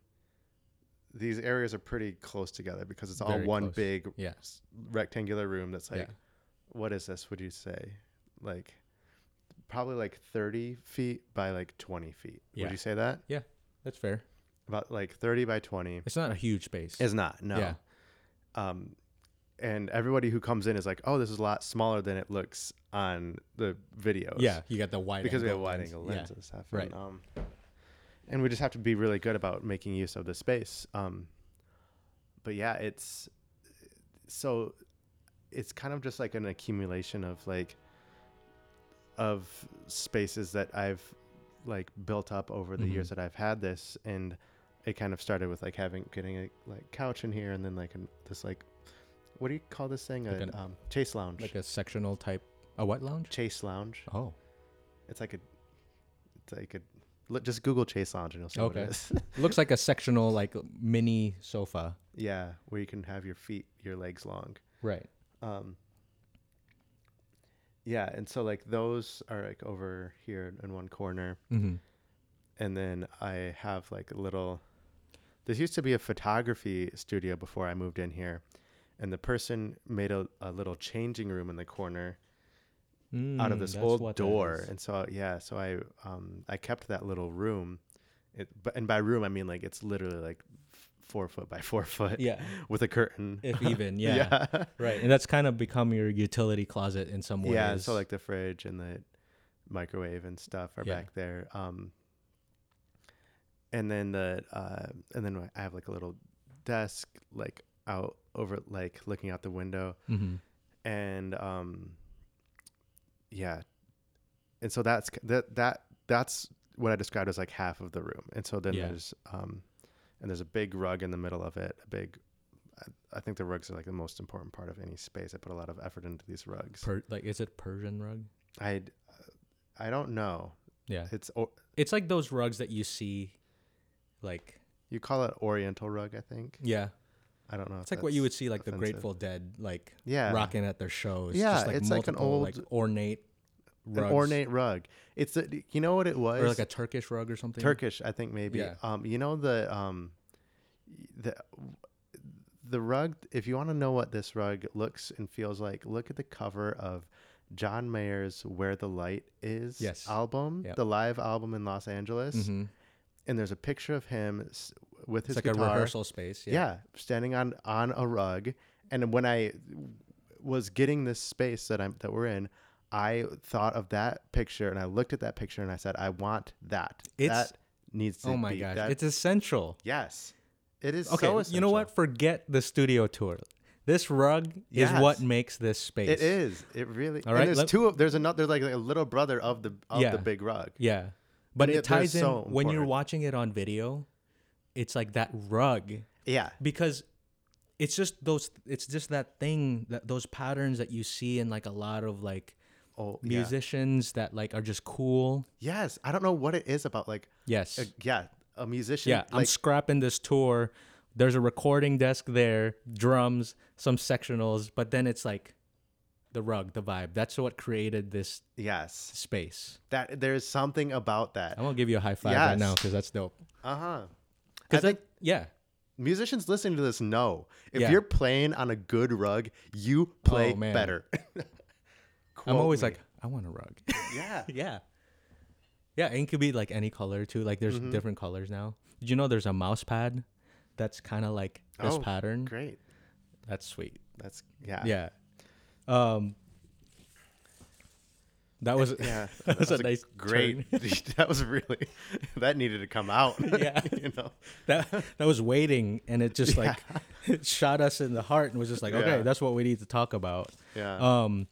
[SPEAKER 2] these areas are pretty close together because it's all
[SPEAKER 1] Very
[SPEAKER 2] one
[SPEAKER 1] close.
[SPEAKER 2] big
[SPEAKER 1] yeah
[SPEAKER 2] s- rectangular room that's like
[SPEAKER 1] Yeah.
[SPEAKER 2] what is this would you say like probably like 30 feet by like 20 feet
[SPEAKER 1] Yeah.
[SPEAKER 2] would you say that
[SPEAKER 1] yeah that's fair
[SPEAKER 2] about like 30 by 20
[SPEAKER 1] it's not a huge space
[SPEAKER 2] is not no
[SPEAKER 1] Yeah.
[SPEAKER 2] um and everybody who comes in is like oh this is a lot smaller than it looks on the videos
[SPEAKER 1] yeah you got the wide
[SPEAKER 2] because we have
[SPEAKER 1] angle
[SPEAKER 2] wide
[SPEAKER 1] lens.
[SPEAKER 2] angle
[SPEAKER 1] Yeah.
[SPEAKER 2] lens and stuff.
[SPEAKER 1] Right.
[SPEAKER 2] And, um, and we just have to be really good about making use of the space. Um, but yeah, it's so it's kind of just like an accumulation of like of spaces that I've like built up over the
[SPEAKER 1] Mm-hmm.
[SPEAKER 2] years that I've had this and it kind of started with like having getting a like couch in here and then like an, this like what do you call this thing
[SPEAKER 1] Like
[SPEAKER 2] a
[SPEAKER 1] an-
[SPEAKER 2] um, chase lounge
[SPEAKER 1] like a sectional type a what lounge
[SPEAKER 2] chase lounge
[SPEAKER 1] oh
[SPEAKER 2] it's like a, it's like a, look, just Google Chase Lounge and you'll see what
[SPEAKER 1] Okay.
[SPEAKER 2] it is.
[SPEAKER 1] looks like a sectional like mini sofa
[SPEAKER 2] yeah, where you can have your feet, your legs long.
[SPEAKER 1] right
[SPEAKER 2] Um, yeah, and so like those are like over here in one corner,
[SPEAKER 1] mm-hmm.
[SPEAKER 2] and then I have like a little. This used to be a photography studio before I moved in here, and the person made a, a little changing room in the corner out
[SPEAKER 1] Hmm, Mm,
[SPEAKER 2] of this old door and so yeah so i um i kept that little room it but and by room i mean like it's literally like f- four foot by four foot
[SPEAKER 1] yeah
[SPEAKER 2] with a curtain
[SPEAKER 1] if even yeah. right and that's kind of become your utility closet in some ways
[SPEAKER 2] yeah and so like the fridge and the microwave and stuff are
[SPEAKER 1] Yeah.
[SPEAKER 2] back there um and then the uh and then i have like a little desk like out over like looking out the window
[SPEAKER 1] hmm
[SPEAKER 2] and um yeah and so that's that that that's what i described as like half of the room and so then
[SPEAKER 1] Yeah.
[SPEAKER 2] there's um and there's a big rug in the middle of it a big I, I think the rugs are like the most important part of any space i put a lot of effort into these rugs
[SPEAKER 1] per- like is it persian rug
[SPEAKER 2] i i don't know
[SPEAKER 1] yeah
[SPEAKER 2] it's or,
[SPEAKER 1] it's like those rugs that you see like
[SPEAKER 2] you call it oriental rug i think
[SPEAKER 1] yeah
[SPEAKER 2] i don't know
[SPEAKER 1] it's like what you would see like the
[SPEAKER 2] offensive.
[SPEAKER 1] grateful dead like
[SPEAKER 2] yeah
[SPEAKER 1] rocking at their shows
[SPEAKER 2] Yeah,
[SPEAKER 1] just like
[SPEAKER 2] it's like an
[SPEAKER 1] multiple, like ornate
[SPEAKER 2] an
[SPEAKER 1] rugs
[SPEAKER 2] ornate rug it's a, you know what it was
[SPEAKER 1] or like a turkish rug or something
[SPEAKER 2] Turkish, I think maybe.
[SPEAKER 1] Yeah.
[SPEAKER 2] Um, you know the um, the the rug. If you want to know what this rug looks and feels like, look at the cover of John Mayer's "Where the Light Is"
[SPEAKER 1] Yes.
[SPEAKER 2] album,
[SPEAKER 1] Yep.
[SPEAKER 2] the live album in Los Angeles.
[SPEAKER 1] hmm
[SPEAKER 2] And there's a picture of him s- with
[SPEAKER 1] it's
[SPEAKER 2] his
[SPEAKER 1] like
[SPEAKER 2] guitar.
[SPEAKER 1] a rehearsal space
[SPEAKER 2] Yeah. standing on on a rug. And when I was getting this space that I'm that we're in. I thought of that picture and I looked at that picture and I said, I want that.
[SPEAKER 1] It's-
[SPEAKER 2] that needs to
[SPEAKER 1] Oh my
[SPEAKER 2] be.
[SPEAKER 1] gosh,
[SPEAKER 2] That
[SPEAKER 1] it's essential.
[SPEAKER 2] Yes. It is
[SPEAKER 1] Okay,
[SPEAKER 2] so
[SPEAKER 1] you know what?
[SPEAKER 2] essential.
[SPEAKER 1] Forget the studio tour. This rug is
[SPEAKER 2] Yes.
[SPEAKER 1] what makes this space.
[SPEAKER 2] It is. It really.
[SPEAKER 1] All
[SPEAKER 2] and
[SPEAKER 1] right,
[SPEAKER 2] there's
[SPEAKER 1] let-
[SPEAKER 2] two of there's another there's like a little brother of the of
[SPEAKER 1] Yeah.
[SPEAKER 2] the big rug.
[SPEAKER 1] Yeah, but
[SPEAKER 2] And
[SPEAKER 1] it
[SPEAKER 2] yet they're
[SPEAKER 1] ties in
[SPEAKER 2] so
[SPEAKER 1] when you're
[SPEAKER 2] important.
[SPEAKER 1] watching it on video. It's like that rug
[SPEAKER 2] Yeah.
[SPEAKER 1] because it's just those. It's just that thing that those patterns that you see in like a lot of like
[SPEAKER 2] Oh, yeah.
[SPEAKER 1] musicians that like are just cool.
[SPEAKER 2] Yes. I don't know what it is about like
[SPEAKER 1] Yes.
[SPEAKER 2] a, yeah, a musician
[SPEAKER 1] yeah, I'm
[SPEAKER 2] like
[SPEAKER 1] scrapping this tour. There's a recording desk there, drums, some sectionals, but then it's like the rug, the vibe. That's what created this
[SPEAKER 2] yes.
[SPEAKER 1] space.
[SPEAKER 2] That there's something about that.
[SPEAKER 1] I'm gonna give you a high five right
[SPEAKER 2] Yes.
[SPEAKER 1] now because that's dope.
[SPEAKER 2] Uh-huh. I
[SPEAKER 1] Because
[SPEAKER 2] think
[SPEAKER 1] yeah,
[SPEAKER 2] musicians listening to this know if
[SPEAKER 1] Yeah.
[SPEAKER 2] you're playing on a good rug, you play
[SPEAKER 1] Oh, man.
[SPEAKER 2] better.
[SPEAKER 1] I'm
[SPEAKER 2] Quote
[SPEAKER 1] always
[SPEAKER 2] me.
[SPEAKER 1] like, I want a rug.
[SPEAKER 2] yeah.
[SPEAKER 1] yeah, yeah, and it could be like any color too. Like there's
[SPEAKER 2] Mm-hmm.
[SPEAKER 1] different colors now. Did you know there's a mouse pad that's kind of like this
[SPEAKER 2] Oh, Ah.
[SPEAKER 1] pattern?
[SPEAKER 2] Great.
[SPEAKER 1] That's sweet.
[SPEAKER 2] That's yeah.
[SPEAKER 1] Yeah. Um, That was
[SPEAKER 2] Yeah,
[SPEAKER 1] that was a nice turn.
[SPEAKER 2] great. that was really that needed to come out.
[SPEAKER 1] Yeah.
[SPEAKER 2] you know.
[SPEAKER 1] that that was waiting and it just like it shot us in the heart and was just like okay
[SPEAKER 2] Yeah.
[SPEAKER 1] that's what we need to talk about
[SPEAKER 2] Yeah.
[SPEAKER 1] um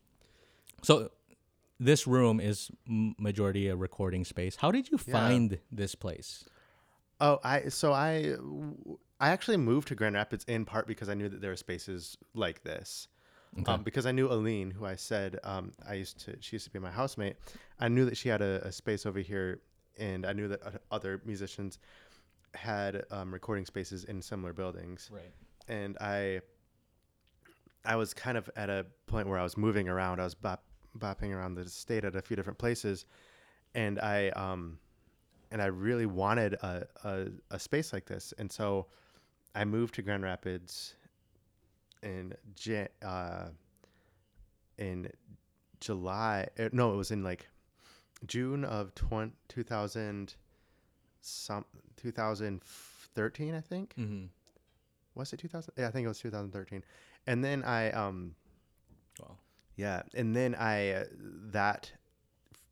[SPEAKER 1] so this room is m- majority a recording space how did you
[SPEAKER 2] Yeah.
[SPEAKER 1] find this place
[SPEAKER 2] Oh, I so I I actually moved to Grand Rapids in part because I knew that there were spaces like this. Um, because I knew Aline, who I said um, I used to, she used to be my housemate. I knew that she had a, a space over here, and I knew that o- other musicians had um, recording spaces in similar buildings.
[SPEAKER 1] right
[SPEAKER 2] And I, I was kind of at a point where I was moving around. I was bop, bopping around the state at a few different places, and I um, and I really wanted a, a, a space like this. And so I moved to Grand Rapids in Jan- uh, in July. eh, No, it was in like June of 20, 2000 some 2013, I think.
[SPEAKER 1] mm-hmm.
[SPEAKER 2] Was it 2000? Yeah, I think it was 2013. And then I um
[SPEAKER 1] Wow.
[SPEAKER 2] yeah, and then I uh, that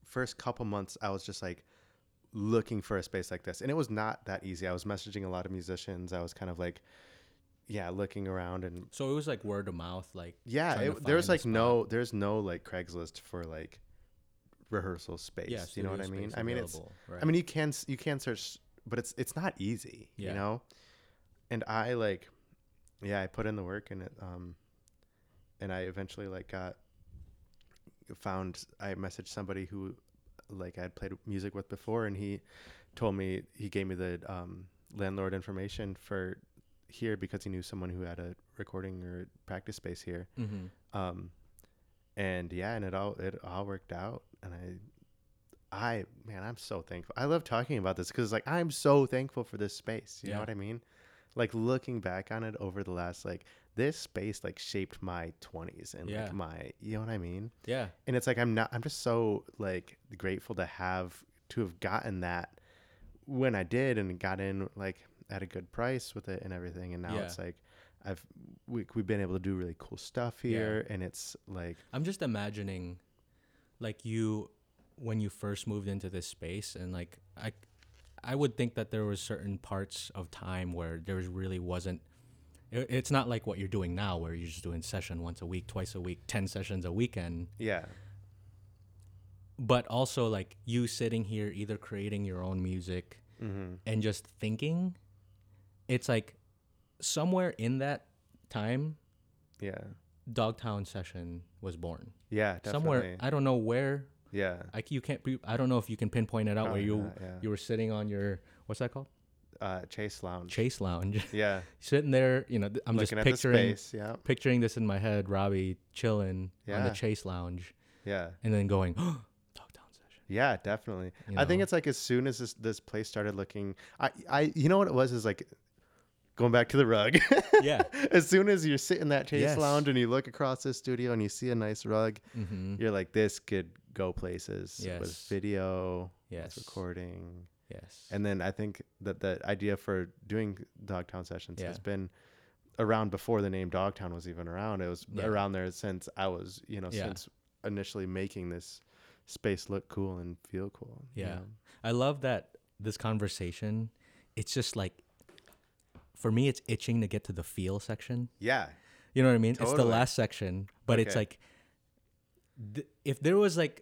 [SPEAKER 2] first couple months I was just like looking for a space like this. And it was not that easy. I was messaging a lot of musicians. I was kind of like yeah, looking around and
[SPEAKER 1] so it was like word of mouth like
[SPEAKER 2] yeah,
[SPEAKER 1] trying to
[SPEAKER 2] it, there's
[SPEAKER 1] find a
[SPEAKER 2] like no there's no like Craigslist for like rehearsal space.
[SPEAKER 1] yeah
[SPEAKER 2] you know what I
[SPEAKER 1] studio
[SPEAKER 2] mean?
[SPEAKER 1] space
[SPEAKER 2] I mean it's
[SPEAKER 1] available, right?
[SPEAKER 2] I mean, you can s- you can search, but it's it's not easy,
[SPEAKER 1] Yeah.
[SPEAKER 2] you know. And I like, yeah, I put in the work and it, um, and I eventually like got found. I messaged somebody who, like, I'd played music with before, and he told me he gave me the um, landlord information for here because he knew someone who had a recording or practice space here.
[SPEAKER 1] Mhm.
[SPEAKER 2] Um, and yeah, and it all it all worked out, and I, I man, I'm so thankful. I love talking about this because like I'm so thankful for this space. You
[SPEAKER 1] Yeah.
[SPEAKER 2] know what I mean? Like looking back on it over the last like this space like shaped my 20s and
[SPEAKER 1] Yeah.
[SPEAKER 2] like my you know what I mean?
[SPEAKER 1] yeah
[SPEAKER 2] and it's like i'm not i'm just so like grateful to have to have gotten that when i did and got in like at a good price with it and everything and now
[SPEAKER 1] Yeah.
[SPEAKER 2] it's like i've we, we've been able to do really cool stuff
[SPEAKER 1] Yeah.
[SPEAKER 2] here and it's like
[SPEAKER 1] I'm just imagining, like you, when you first moved into this space, and like I, I would think that there was certain parts of time where there was really wasn't. i- It's not like what you're doing now, where you're just doing session once a week, twice a week, ten sessions a weekend.
[SPEAKER 2] yeah
[SPEAKER 1] But also like you sitting here, either creating your own music
[SPEAKER 2] mm-hmm.
[SPEAKER 1] and just thinking. It's like somewhere in that time,
[SPEAKER 2] yeah
[SPEAKER 1] Dogtown Session was born.
[SPEAKER 2] yeah definitely.
[SPEAKER 1] Somewhere I don't know where
[SPEAKER 2] yeah
[SPEAKER 1] I, c- you can't. pre- I don't know if you can pinpoint it out where
[SPEAKER 2] Probably
[SPEAKER 1] you
[SPEAKER 2] not, Oh, yeah.
[SPEAKER 1] you were sitting on your what's that called
[SPEAKER 2] uh chase lounge
[SPEAKER 1] chase lounge,
[SPEAKER 2] yeah
[SPEAKER 1] sitting there. You know, th- I'm
[SPEAKER 2] looking
[SPEAKER 1] just
[SPEAKER 2] at
[SPEAKER 1] picturing
[SPEAKER 2] the space yeah
[SPEAKER 1] picturing this in my head. Robbie chilling on the
[SPEAKER 2] Yeah.
[SPEAKER 1] chase lounge,
[SPEAKER 2] yeah
[SPEAKER 1] and then going talk down session.
[SPEAKER 2] Yeah, definitely.
[SPEAKER 1] You
[SPEAKER 2] I think
[SPEAKER 1] know?
[SPEAKER 2] it's like as soon as this this place started looking, I I you know what it was is like going back to the rug.
[SPEAKER 1] Yeah.
[SPEAKER 2] as soon as you're sitting in that chase
[SPEAKER 1] Yes.
[SPEAKER 2] lounge and you look across this studio and you see a nice rug,
[SPEAKER 1] Mm-hmm.
[SPEAKER 2] you're like, this could go places with
[SPEAKER 1] Yes.
[SPEAKER 2] video,
[SPEAKER 1] Yes.
[SPEAKER 2] with recording,
[SPEAKER 1] Yes.
[SPEAKER 2] and then I think that the idea for doing Dogtown sessions
[SPEAKER 1] Yeah.
[SPEAKER 2] has been around before the name Dogtown was even around. It was
[SPEAKER 1] Yeah.
[SPEAKER 2] around there since I was, you know,
[SPEAKER 1] Yeah.
[SPEAKER 2] since initially making this space look cool and feel cool. you
[SPEAKER 1] Yeah.
[SPEAKER 2] know?
[SPEAKER 1] I love that this conversation. It's just like for me, it's itching to get to the feel section.
[SPEAKER 2] Yeah.
[SPEAKER 1] You know what I mean? It's the
[SPEAKER 2] Totally.
[SPEAKER 1] last section, but it's
[SPEAKER 2] Okay.
[SPEAKER 1] like th- if there was like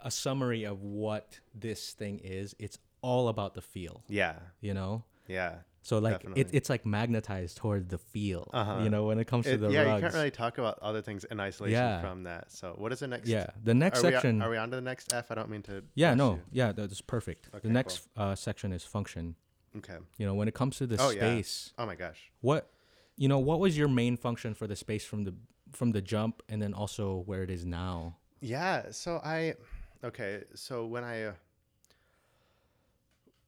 [SPEAKER 1] a summary of what this thing is, it's all about the feel,
[SPEAKER 2] Yeah.
[SPEAKER 1] you know?
[SPEAKER 2] Yeah.
[SPEAKER 1] So like it,
[SPEAKER 2] Definitely.
[SPEAKER 1] it's like magnetized toward the feel,
[SPEAKER 2] Uh-huh.
[SPEAKER 1] you know, when it comes to
[SPEAKER 2] It-
[SPEAKER 1] the
[SPEAKER 2] yeah,
[SPEAKER 1] rugs.
[SPEAKER 2] you can't really talk about other things in isolation
[SPEAKER 1] Yeah.
[SPEAKER 2] from that. So, what is the next?
[SPEAKER 1] yeah, the next
[SPEAKER 2] are
[SPEAKER 1] section.
[SPEAKER 2] We, uh, are we on to the next F? I don't mean to.
[SPEAKER 1] yeah,
[SPEAKER 2] rush
[SPEAKER 1] no,
[SPEAKER 2] you.
[SPEAKER 1] yeah, that is perfect.
[SPEAKER 2] Okay,
[SPEAKER 1] the next uh, section is function.
[SPEAKER 2] Okay.
[SPEAKER 1] You know, when it comes to the
[SPEAKER 2] Oh, yeah.
[SPEAKER 1] space,
[SPEAKER 2] Oh my gosh.
[SPEAKER 1] what, you know, what was your main function for the space from the from the jump, and then also where it is now?
[SPEAKER 2] Yeah. So I, okay. So when I, uh,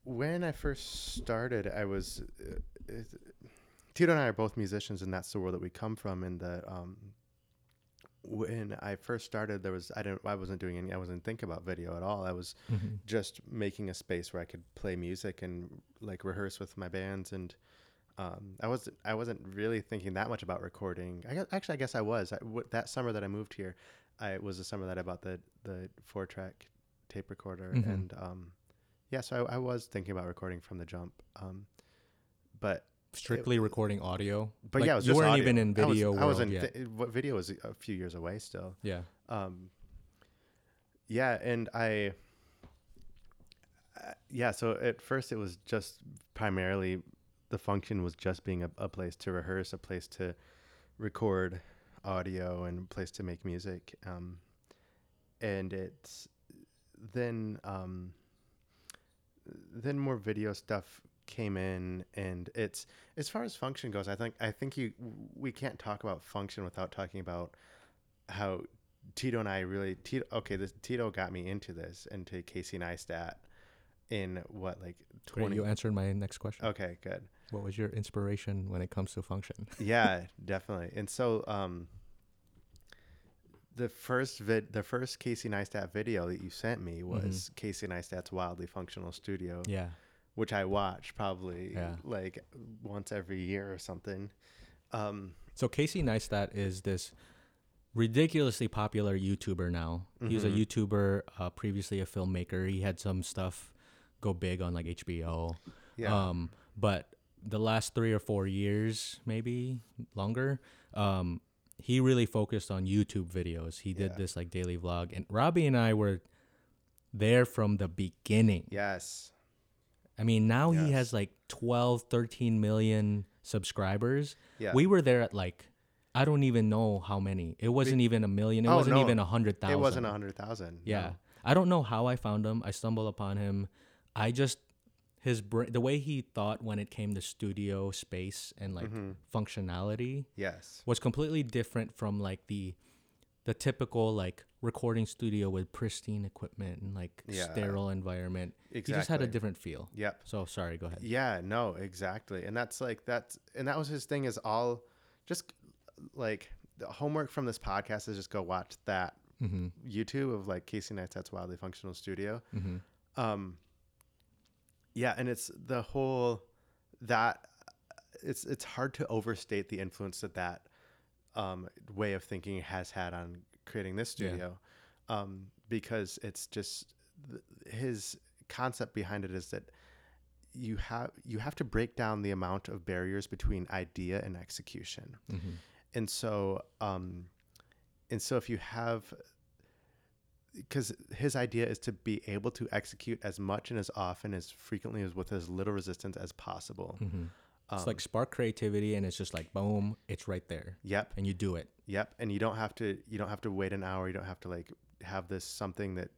[SPEAKER 2] when I first started, I was, uh, it, Tito and I are both musicians, and that's the world that we come from. And the um, when I first started, there was I didn't I wasn't doing any I wasn't thinking about video at all. I was just making a space where I could play music and like rehearse with my bands and. Um, I was I wasn't really thinking that much about recording. I guess, actually, I guess I was. I, w- that summer that I moved here, I was the summer that I bought the the four track tape recorder,
[SPEAKER 1] Mhm.
[SPEAKER 2] and um, yeah, so I, I was thinking about recording from the jump, um, but
[SPEAKER 1] Strictly recording audio.
[SPEAKER 2] but
[SPEAKER 1] Like,
[SPEAKER 2] yeah, it was
[SPEAKER 1] you
[SPEAKER 2] just
[SPEAKER 1] weren't
[SPEAKER 2] audio.
[SPEAKER 1] even in
[SPEAKER 2] I was-
[SPEAKER 1] video
[SPEAKER 2] I was,
[SPEAKER 1] world
[SPEAKER 2] in
[SPEAKER 1] yet.
[SPEAKER 2] thi- what video was a few years away still.
[SPEAKER 1] yeah.
[SPEAKER 2] Um, yeah, and I, uh, yeah. So at first it was just primarily the function was just being a, a place to rehearse, a place to record audio, and a place to make music. Um, and it's then um, then more video stuff came in and it's as far as function goes i think i think you we can't talk about function without talking about how tito and i really tito okay this tito got me into this into casey neistat in what like
[SPEAKER 1] Great,
[SPEAKER 2] 20
[SPEAKER 1] you answered my next question.
[SPEAKER 2] okay good
[SPEAKER 1] What was your inspiration when it comes to function?
[SPEAKER 2] yeah, definitely. And so, um, the first vid, the first Casey Neistat video that you sent me was Casey Neistat's Wildly Functional Studio,
[SPEAKER 1] Mm-hmm. yeah.
[SPEAKER 2] which I watch probably
[SPEAKER 1] Yeah.
[SPEAKER 2] like once every year or something. Um,
[SPEAKER 1] So Casey Neistat is this ridiculously popular YouTuber now. He was a YouTuber, uh, previously a filmmaker. He had some stuff go big on like HBO.
[SPEAKER 2] yeah,
[SPEAKER 1] Um, but the last three or four years, maybe longer, um, he really focused on YouTube videos. He did
[SPEAKER 2] Yeah.
[SPEAKER 1] this like daily vlog, and Robbie and I were there from the beginning.
[SPEAKER 2] yes,
[SPEAKER 1] I mean, now he
[SPEAKER 2] Yes.
[SPEAKER 1] has like 12, 13 million subscribers.
[SPEAKER 2] yeah.
[SPEAKER 1] We were there at like, I don't even know how many. It wasn't even a million. It
[SPEAKER 2] Oh,
[SPEAKER 1] wasn't
[SPEAKER 2] no.
[SPEAKER 1] even a hundred thousand.
[SPEAKER 2] it wasn't a hundred thousand.
[SPEAKER 1] Yeah. I don't know how I found him. I stumbled upon him. I just his brain, the way he thought when it came to studio space and like
[SPEAKER 2] Mm-hmm.
[SPEAKER 1] functionality
[SPEAKER 2] Yes.
[SPEAKER 1] was completely different from like the the typical like recording studio with pristine equipment and like
[SPEAKER 2] Yeah.
[SPEAKER 1] sterile environment. He just had
[SPEAKER 2] Exactly.
[SPEAKER 1] a different feel.
[SPEAKER 2] Yep.
[SPEAKER 1] So sorry, go ahead.
[SPEAKER 2] Yeah, no, exactly. And that's like that's and that was his thing is all just like the homework from this podcast is just go watch that
[SPEAKER 1] Mm-hmm.
[SPEAKER 2] YouTube of like Casey Neistat's Wildly Functional Studio.
[SPEAKER 1] Mm-hmm.
[SPEAKER 2] Um yeah, and it's the whole that it's it's hard to overstate the influence that that um, way of thinking has had on creating this
[SPEAKER 1] Yeah.
[SPEAKER 2] studio um, because it's just th- his concept behind it is that you have you have to break down the amount of barriers between idea and execution
[SPEAKER 1] Mm-hmm.
[SPEAKER 2] and so um, and so if you have because his idea is to be able to execute as much and as often as frequently as with as little resistance as possible
[SPEAKER 1] Mm-hmm. it's
[SPEAKER 2] Um,
[SPEAKER 1] like spark creativity and it's just like boom, it's right there.
[SPEAKER 2] yep
[SPEAKER 1] And you do it.
[SPEAKER 2] Yep, and you don't have to you don't have to wait an hour. You don't have to like have this something that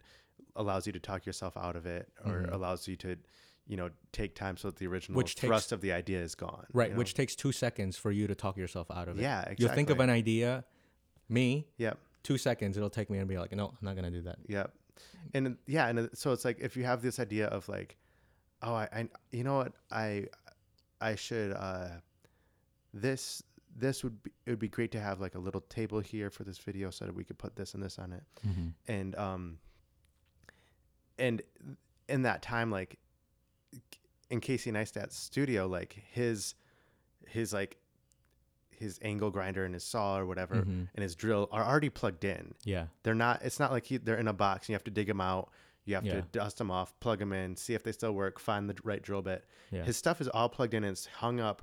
[SPEAKER 2] allows you to talk yourself out of it or allows you to, you know, take time so that the original
[SPEAKER 1] Mm-hmm. Which takes-
[SPEAKER 2] thrust of the idea is gone.
[SPEAKER 1] Right,
[SPEAKER 2] you know?
[SPEAKER 1] which takes two seconds for you to talk yourself out of it.
[SPEAKER 2] Yeah,
[SPEAKER 1] You'll think of
[SPEAKER 2] exactly.
[SPEAKER 1] an idea, me,
[SPEAKER 2] Yep.
[SPEAKER 1] two seconds, it'll take me and be like, no, I'm not going to do that.
[SPEAKER 2] Yep. And it- yeah, and it- so it's like if you have this idea of like, oh, I, I you know what, I, I should, uh, this, this would be, it would be great to have like a little table here for this video so that we could put this and this on it, and um, and in that time, like, in Casey Neistat's studio, like his, his like, his angle grinder and his saw or whatever
[SPEAKER 1] Mm-hmm.
[SPEAKER 2] and his drill are already plugged in
[SPEAKER 1] Yeah.
[SPEAKER 2] they're not it's not like you, they're in a box and you have to dig them out you have
[SPEAKER 1] Yeah.
[SPEAKER 2] to dust them off plug them in see if they still work find the right drill bit
[SPEAKER 1] Yeah.
[SPEAKER 2] his stuff is all plugged in and it's hung up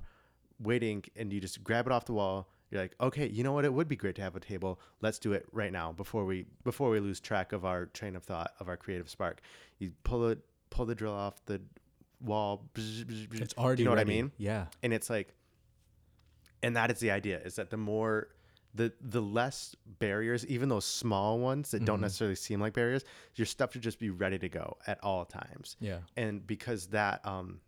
[SPEAKER 2] waiting and you just grab it off the wall you're like okay you know what it would be great to have a table let's do it right now before we before we lose track of our train of thought of our creative spark you pull it pull the drill off the wall
[SPEAKER 1] It's already
[SPEAKER 2] you know
[SPEAKER 1] ready.
[SPEAKER 2] what i mean
[SPEAKER 1] Yeah.
[SPEAKER 2] and it's like and that is the idea is that the more the the less barriers even those small ones that don't necessarily seem like barriers your stuff should just be ready to go at all times
[SPEAKER 1] Yeah.
[SPEAKER 2] and because that um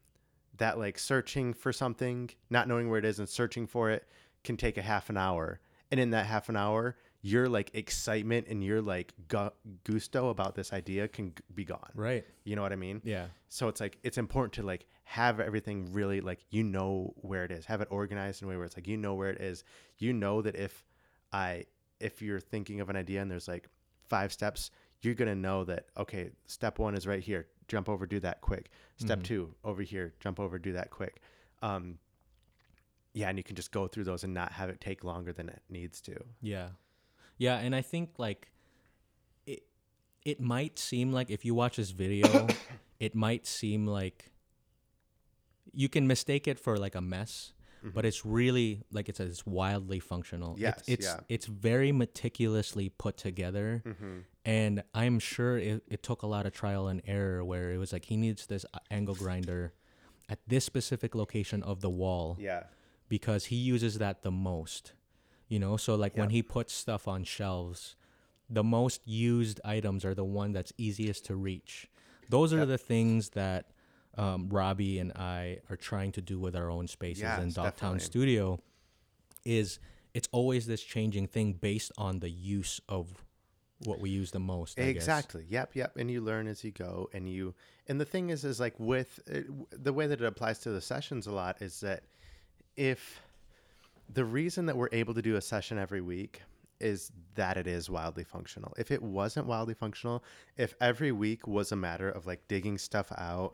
[SPEAKER 2] that like searching for something not knowing where it is and searching for it can take a half an hour and in that half an hour your like excitement and your like gu- gusto about this idea can g- be gone
[SPEAKER 1] Right.
[SPEAKER 2] you know what i mean
[SPEAKER 1] Yeah.
[SPEAKER 2] so it's like it's important to like have everything really like you know where it is have it organized in a way where it's like you know where it is you know that if i if you're thinking of an idea and there's like five steps you're gonna know that okay step one is right here jump over do that quick step two over here jump over do that quick um yeah and you can just go through those and not have it take longer than it needs to
[SPEAKER 1] Yeah. Yeah. And I think like it might seem like if you watch this video, it might seem like you can mistake it for like a mess, but it's really like it says it's wildly functional.
[SPEAKER 2] Mm-hmm. Yes,
[SPEAKER 1] it's it's,
[SPEAKER 2] yeah. Mm-hmm.
[SPEAKER 1] it's very meticulously put together. And I'm sure it, it took a lot of trial and error where it was like he needs this uh, angle grinder at this specific location of the wall
[SPEAKER 2] Yeah.
[SPEAKER 1] because he uses that the most. You know, so like when he puts stuff on shelves, the most used items are the one that's easiest to reach. Those are the things that um, Robbie and I are trying to do with our own spaces in
[SPEAKER 2] Yes,
[SPEAKER 1] Dogtown
[SPEAKER 2] definitely.
[SPEAKER 1] Studio. Is it's always this changing thing based on the use of what we use the most. I guess.
[SPEAKER 2] exactly yep yep and you learn as you go and you and the thing is is like with it, w- the way that it applies to the sessions a lot is that if the reason that we're able to do a session every week is that it is wildly functional if it wasn't wildly functional if every week was a matter of like digging stuff out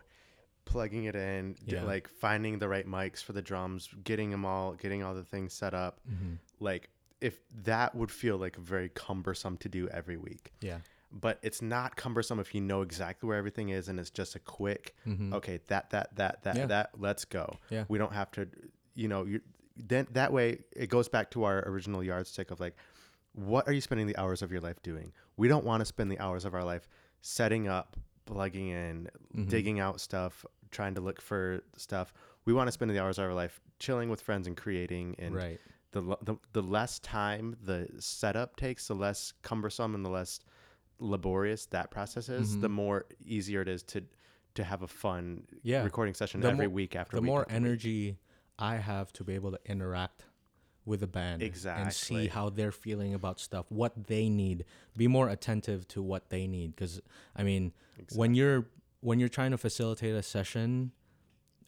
[SPEAKER 2] plugging it in d-
[SPEAKER 1] Yeah.
[SPEAKER 2] like finding the right mics for the drums getting them all getting all the things set up
[SPEAKER 1] Mm-hmm.
[SPEAKER 2] like if that would feel like very cumbersome to do every week
[SPEAKER 1] Yeah.
[SPEAKER 2] but it's not cumbersome if you know exactly where everything is and it's just a quick
[SPEAKER 1] Mm-hmm.
[SPEAKER 2] okay that that that that
[SPEAKER 1] Mm. Yeah.
[SPEAKER 2] that let's go
[SPEAKER 1] Yeah.
[SPEAKER 2] we don't have to you know you then that way it goes back to our original yardstick of like what are you spending the hours of your life doing we don't want to spend the hours of our life setting up plugging in
[SPEAKER 1] Mm-hmm.
[SPEAKER 2] digging out stuff trying to look for stuff we want to spend the hours of our life chilling with friends and creating and
[SPEAKER 1] Right.
[SPEAKER 2] the, l- the the less time the setup takes, the less cumbersome and the less laborious that process is, the
[SPEAKER 1] Mm-hmm.
[SPEAKER 2] more easier it is to to have a fun
[SPEAKER 1] Yeah.
[SPEAKER 2] recording session
[SPEAKER 1] The
[SPEAKER 2] every
[SPEAKER 1] more-
[SPEAKER 2] week after
[SPEAKER 1] the
[SPEAKER 2] week
[SPEAKER 1] more
[SPEAKER 2] after week.
[SPEAKER 1] energy I have to be able to interact with the band and see
[SPEAKER 2] Exactly.
[SPEAKER 1] how they're feeling about stuff, what they need, be more attentive to what they need. Because I mean, when you're when you're trying to facilitate a session,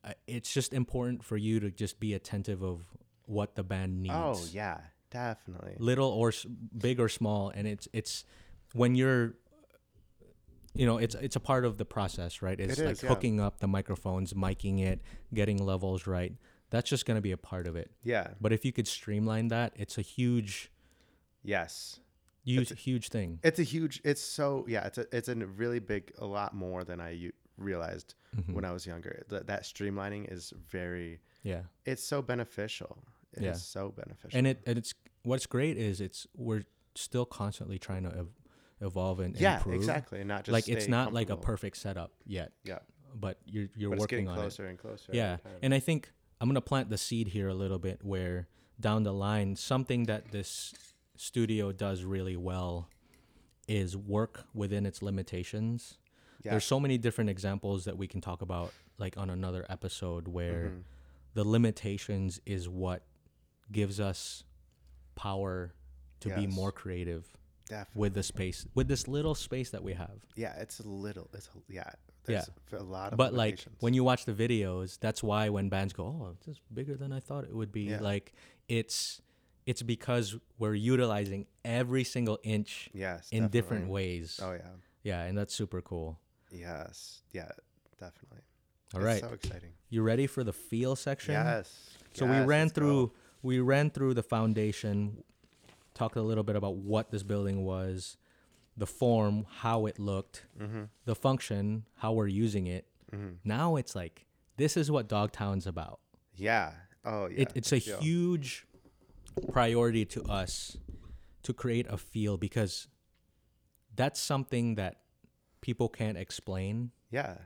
[SPEAKER 1] uh, it's just important for you to just be attentive of what the band needs
[SPEAKER 2] Oh yeah, definitely.
[SPEAKER 1] little or s- big or small and it's it's when you're you know it's it's a part of the process right it's
[SPEAKER 2] It
[SPEAKER 1] like
[SPEAKER 2] is, yeah.
[SPEAKER 1] hooking up the microphones miking it getting levels right that's just going to be a part of it
[SPEAKER 2] Yeah.
[SPEAKER 1] but if you could streamline that it's a huge
[SPEAKER 2] Yes.
[SPEAKER 1] huge huge thing
[SPEAKER 2] It's a huge. It's so yeah. It's a it's a really big. A lot more than I u- realized
[SPEAKER 1] Mm-hmm.
[SPEAKER 2] when I was younger. That that streamlining is very.
[SPEAKER 1] yeah
[SPEAKER 2] It's so beneficial. It's
[SPEAKER 1] Yeah.
[SPEAKER 2] so beneficial.
[SPEAKER 1] and it and it's what's great is it's we're still constantly trying to ev- evolve and
[SPEAKER 2] yeah,
[SPEAKER 1] improve
[SPEAKER 2] exactly. And not just
[SPEAKER 1] like it's
[SPEAKER 2] stay
[SPEAKER 1] not like a
[SPEAKER 2] comfortable.
[SPEAKER 1] perfect setup yet
[SPEAKER 2] Yeah.
[SPEAKER 1] but you're you're
[SPEAKER 2] But it's
[SPEAKER 1] working
[SPEAKER 2] getting
[SPEAKER 1] on it
[SPEAKER 2] closer and closer.
[SPEAKER 1] Yeah.
[SPEAKER 2] every time.
[SPEAKER 1] And I think I'm going to plant the seed here a little bit where down the line, something that this studio does really well is work within its limitations.
[SPEAKER 2] Yeah.
[SPEAKER 1] There's so many different examples that we can talk about, like on another episode, where
[SPEAKER 2] Mm-hmm.
[SPEAKER 1] the limitations is what gives us power to be
[SPEAKER 2] Yes.
[SPEAKER 1] more creative
[SPEAKER 2] Definitely.
[SPEAKER 1] with the space, with this little space that we have.
[SPEAKER 2] Yeah, it's a little. It's a, yeah. There's a lot of.
[SPEAKER 1] but like
[SPEAKER 2] limitations.
[SPEAKER 1] when you watch the videos that's why when bands go oh this is bigger than i thought it would be
[SPEAKER 2] Yeah.
[SPEAKER 1] like it's it's because we're utilizing every single inch
[SPEAKER 2] yes,
[SPEAKER 1] in
[SPEAKER 2] definitely.
[SPEAKER 1] different ways
[SPEAKER 2] Oh yeah.
[SPEAKER 1] yeah and that's super cool
[SPEAKER 2] Yes. Yeah. Definitely.
[SPEAKER 1] All
[SPEAKER 2] It's
[SPEAKER 1] right,
[SPEAKER 2] So exciting.
[SPEAKER 1] you ready for the feel section
[SPEAKER 2] Yes.
[SPEAKER 1] so
[SPEAKER 2] yes,
[SPEAKER 1] we ran
[SPEAKER 2] let's go.
[SPEAKER 1] through we ran through the foundation talked a little bit about what this building was the form how it looked
[SPEAKER 2] Mm-hmm.
[SPEAKER 1] the function how we're using it now it's like this is what dogtown's about
[SPEAKER 2] Yeah. Oh yeah.
[SPEAKER 1] it, it's a
[SPEAKER 2] yeah.
[SPEAKER 1] huge priority to us to create a feel because that's something that people can't explain
[SPEAKER 2] Yeah.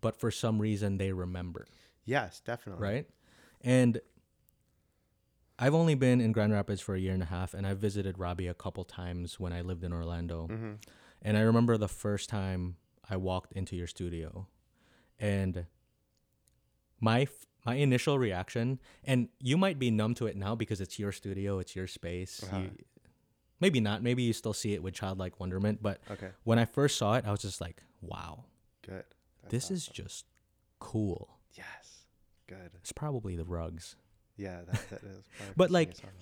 [SPEAKER 1] but for some reason they remember
[SPEAKER 2] Yes, definitely.
[SPEAKER 1] right and i've only been in grand rapids for a year and a half and i visited robbie a couple times when i lived in orlando and i remember the first time i walked into your studio and my f- my initial reaction and you might be numb to it now because it's your studio it's your space you, maybe not maybe you still see it with childlike wonderment but
[SPEAKER 2] Okay.
[SPEAKER 1] when i first saw it i was just like wow
[SPEAKER 2] Good. That's
[SPEAKER 1] this is just cool
[SPEAKER 2] aw- Yes. Good.
[SPEAKER 1] it's probably the rugs
[SPEAKER 2] Yeah. That, that is. probably
[SPEAKER 1] But,
[SPEAKER 2] the
[SPEAKER 1] like,
[SPEAKER 2] senior song.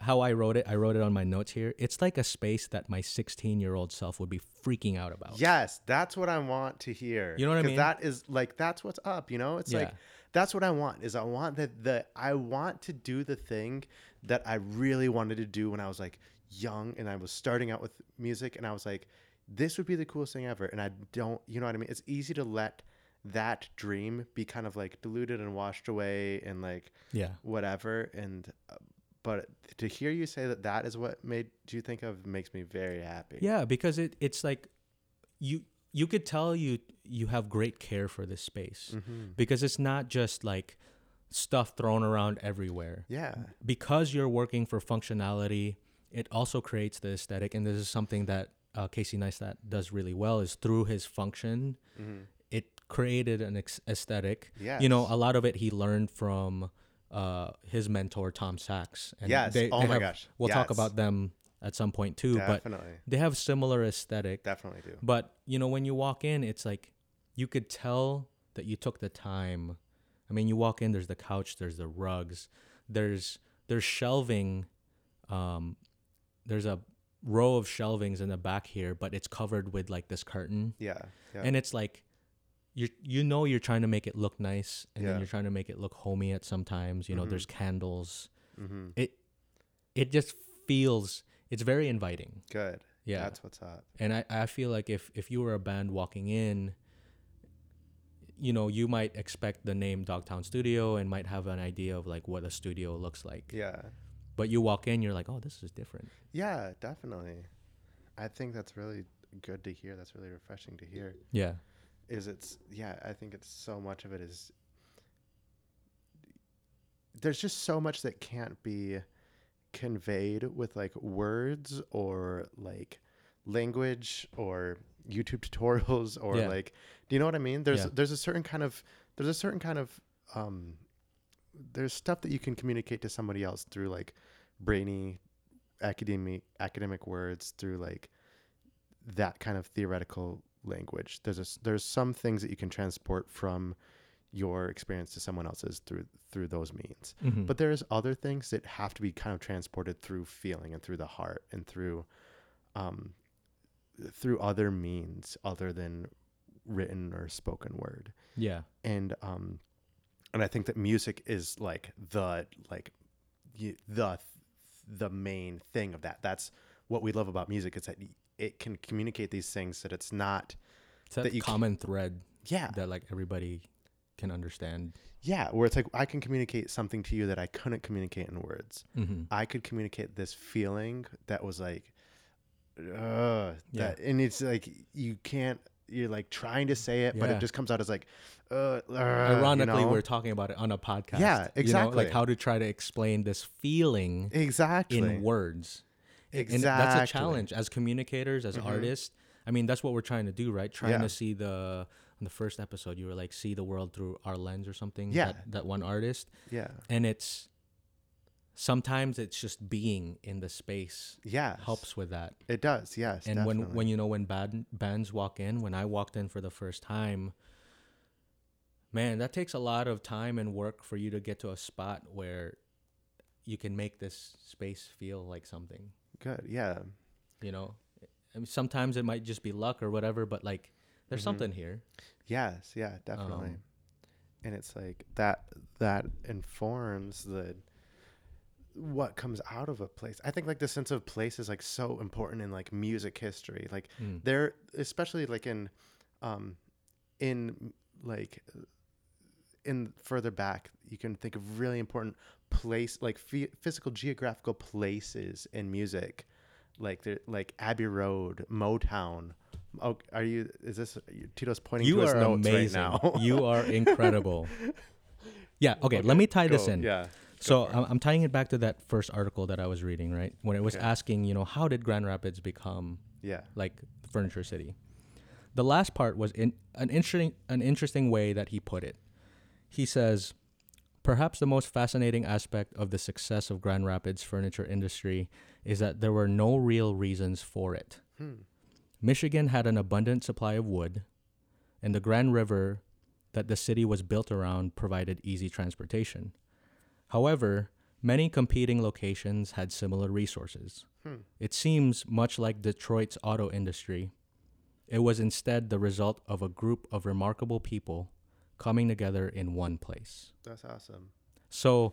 [SPEAKER 1] how I wrote it, I wrote it on my notes here. It's like a space that my 16 year old self would be freaking out about.
[SPEAKER 2] Yes, that's what I want to hear.
[SPEAKER 1] You know what I
[SPEAKER 2] 'Cause
[SPEAKER 1] mean?
[SPEAKER 2] That is like that's what's up. You know, it's like
[SPEAKER 1] Yeah.
[SPEAKER 2] that's what I want. Is I want that the I want to do the thing that I really wanted to do when I was like young and I was starting out with music and I was like, this would be the coolest thing ever. And I don't, you know what I mean? It's easy to let that dream be kind of like diluted and washed away and like
[SPEAKER 1] Yeah.
[SPEAKER 2] whatever. And, uh, but to hear you say that that is what made you think of makes me very happy.
[SPEAKER 1] Yeah, because it it's like you you could tell you you have great care for this space
[SPEAKER 2] Mhm.
[SPEAKER 1] because it's not just like stuff thrown around everywhere.
[SPEAKER 2] Yeah.
[SPEAKER 1] Because you're working for functionality, it also creates the aesthetic, and this is something that uh, Casey Neistat does really well. Is through his function,
[SPEAKER 2] Mhm.
[SPEAKER 1] it created an ex- aesthetic.
[SPEAKER 2] Yes.
[SPEAKER 1] You know, a lot of it he learned from uh, his mentor Tom Sachs. And
[SPEAKER 2] Yes. Oh my
[SPEAKER 1] have-
[SPEAKER 2] gosh.
[SPEAKER 1] We'll talk
[SPEAKER 2] Yes.
[SPEAKER 1] about them at some point too, but
[SPEAKER 2] definitely.
[SPEAKER 1] they have similar aesthetic.
[SPEAKER 2] definitely do.
[SPEAKER 1] But you know, when you walk in, it's like you could tell that you took the time. I mean, you walk in. There's the couch. There's the rugs. There's there's shelving. Um, there's a row of shelvings in the back here, but it's covered with like this curtain,
[SPEAKER 2] Yeah. Yeah.
[SPEAKER 1] and it's like you you know you're trying to make it look nice, and
[SPEAKER 2] Yeah.
[SPEAKER 1] then you're trying to make it look homey at sometimes. You know, there's candles.
[SPEAKER 2] mm-hmm.
[SPEAKER 1] It it just feels it's very inviting.
[SPEAKER 2] Good.
[SPEAKER 1] Yeah.
[SPEAKER 2] That's what's up.
[SPEAKER 1] And I, I feel like if, if you were a band walking in, you know, you might expect the name Dogtown Studio and might have an idea of like what a studio looks like.
[SPEAKER 2] Yeah.
[SPEAKER 1] But you walk in, you're like, oh, this is different.
[SPEAKER 2] Yeah, definitely. I think that's really good to hear. That's really refreshing to hear.
[SPEAKER 1] Yeah.
[SPEAKER 2] Is it's yeah, I think it's so much of it is there's just so much that can't be conveyed with like words or like language or YouTube tutorials or
[SPEAKER 1] Yeah.
[SPEAKER 2] like do you know what I mean? There's
[SPEAKER 1] Yeah.
[SPEAKER 2] there's a certain kind of there's a certain kind of um there's stuff that you can communicate to somebody else through like brainy academic academic words through like that kind of theoretical language. There's a, s- there's some things that you can transport from your experience to someone else's through through those means.
[SPEAKER 1] Mhm.
[SPEAKER 2] But there's other things that have to be kind of transported through feeling and through the heart and through um through other means other than written or spoken word
[SPEAKER 1] yeah.
[SPEAKER 2] and um and i think that music is like the like y- the the main thing of that that's what we love about music is that y- it can communicate these things that it's not
[SPEAKER 1] It's that,
[SPEAKER 2] that you c-
[SPEAKER 1] common thread
[SPEAKER 2] yeah
[SPEAKER 1] that like everybody can understand.
[SPEAKER 2] yeah where it's like i can communicate something to you that i couldn't communicate in words
[SPEAKER 1] Mm-hmm.
[SPEAKER 2] i could communicate this feeling that was like uh
[SPEAKER 1] Yeah.
[SPEAKER 2] that and it's like you can't you're like trying to say it but
[SPEAKER 1] Yeah.
[SPEAKER 2] it just comes out as like uh, uh
[SPEAKER 1] Ironically,
[SPEAKER 2] you know?
[SPEAKER 1] we're talking about it on a podcast.
[SPEAKER 2] Yeah,
[SPEAKER 1] You know,
[SPEAKER 2] exactly.
[SPEAKER 1] like how to try to explain this feeling
[SPEAKER 2] exactly
[SPEAKER 1] in words.
[SPEAKER 2] exactly Mm-hmm.
[SPEAKER 1] and that's a challenge as communicators as artists i mean that's what we're trying to do right trying
[SPEAKER 2] Yeah.
[SPEAKER 1] to see the in the first episode you were like see the world through our lens or something
[SPEAKER 2] Yeah.
[SPEAKER 1] that, that one artist
[SPEAKER 2] yeah
[SPEAKER 1] and it's sometimes it's just being in the space
[SPEAKER 2] Yeah.
[SPEAKER 1] helps with that
[SPEAKER 2] It does, yes.
[SPEAKER 1] and
[SPEAKER 2] definitely.
[SPEAKER 1] when when you know when bad bands walk in when i walked in for the first time man that takes a lot of time and work for you to get to a spot where you can make this space feel like something
[SPEAKER 2] good, yeah.
[SPEAKER 1] you know I mean, sometimes it might just be luck or whatever but like there's
[SPEAKER 2] Mm-hmm.
[SPEAKER 1] something here
[SPEAKER 2] Yes, yeah, definitely.
[SPEAKER 1] Um,
[SPEAKER 2] and it's like that that informs the what comes out of a place. I think like the sense of place is like so important in like music history. Like
[SPEAKER 1] Mm.
[SPEAKER 2] there especially like in um in like in further back you can think of really important place like phy- physical geographical places in music like the like abbey road motown oh are you is this tito's pointing
[SPEAKER 1] you
[SPEAKER 2] to his
[SPEAKER 1] are
[SPEAKER 2] notes
[SPEAKER 1] amazing
[SPEAKER 2] right now
[SPEAKER 1] you are incredible yeah okay, let me tie this
[SPEAKER 2] Cool,
[SPEAKER 1] in
[SPEAKER 2] yeah
[SPEAKER 1] so I'm, I'm tying it back to that first article that i was reading right when it was
[SPEAKER 2] Okay.
[SPEAKER 1] asking you know how did grand rapids become
[SPEAKER 2] yeah
[SPEAKER 1] like furniture city the last part was in an interesting an interesting way that he put it he says perhaps the most fascinating aspect of the success of grand rapids furniture industry is that there were no real reasons for it michigan had an abundant supply of wood and the grand river that the city was built around provided easy transportation however many competing locations had similar resources it seems much like Detroit's auto industry. It was instead the result of a group of remarkable people coming together in one place.
[SPEAKER 2] that's awesome
[SPEAKER 1] So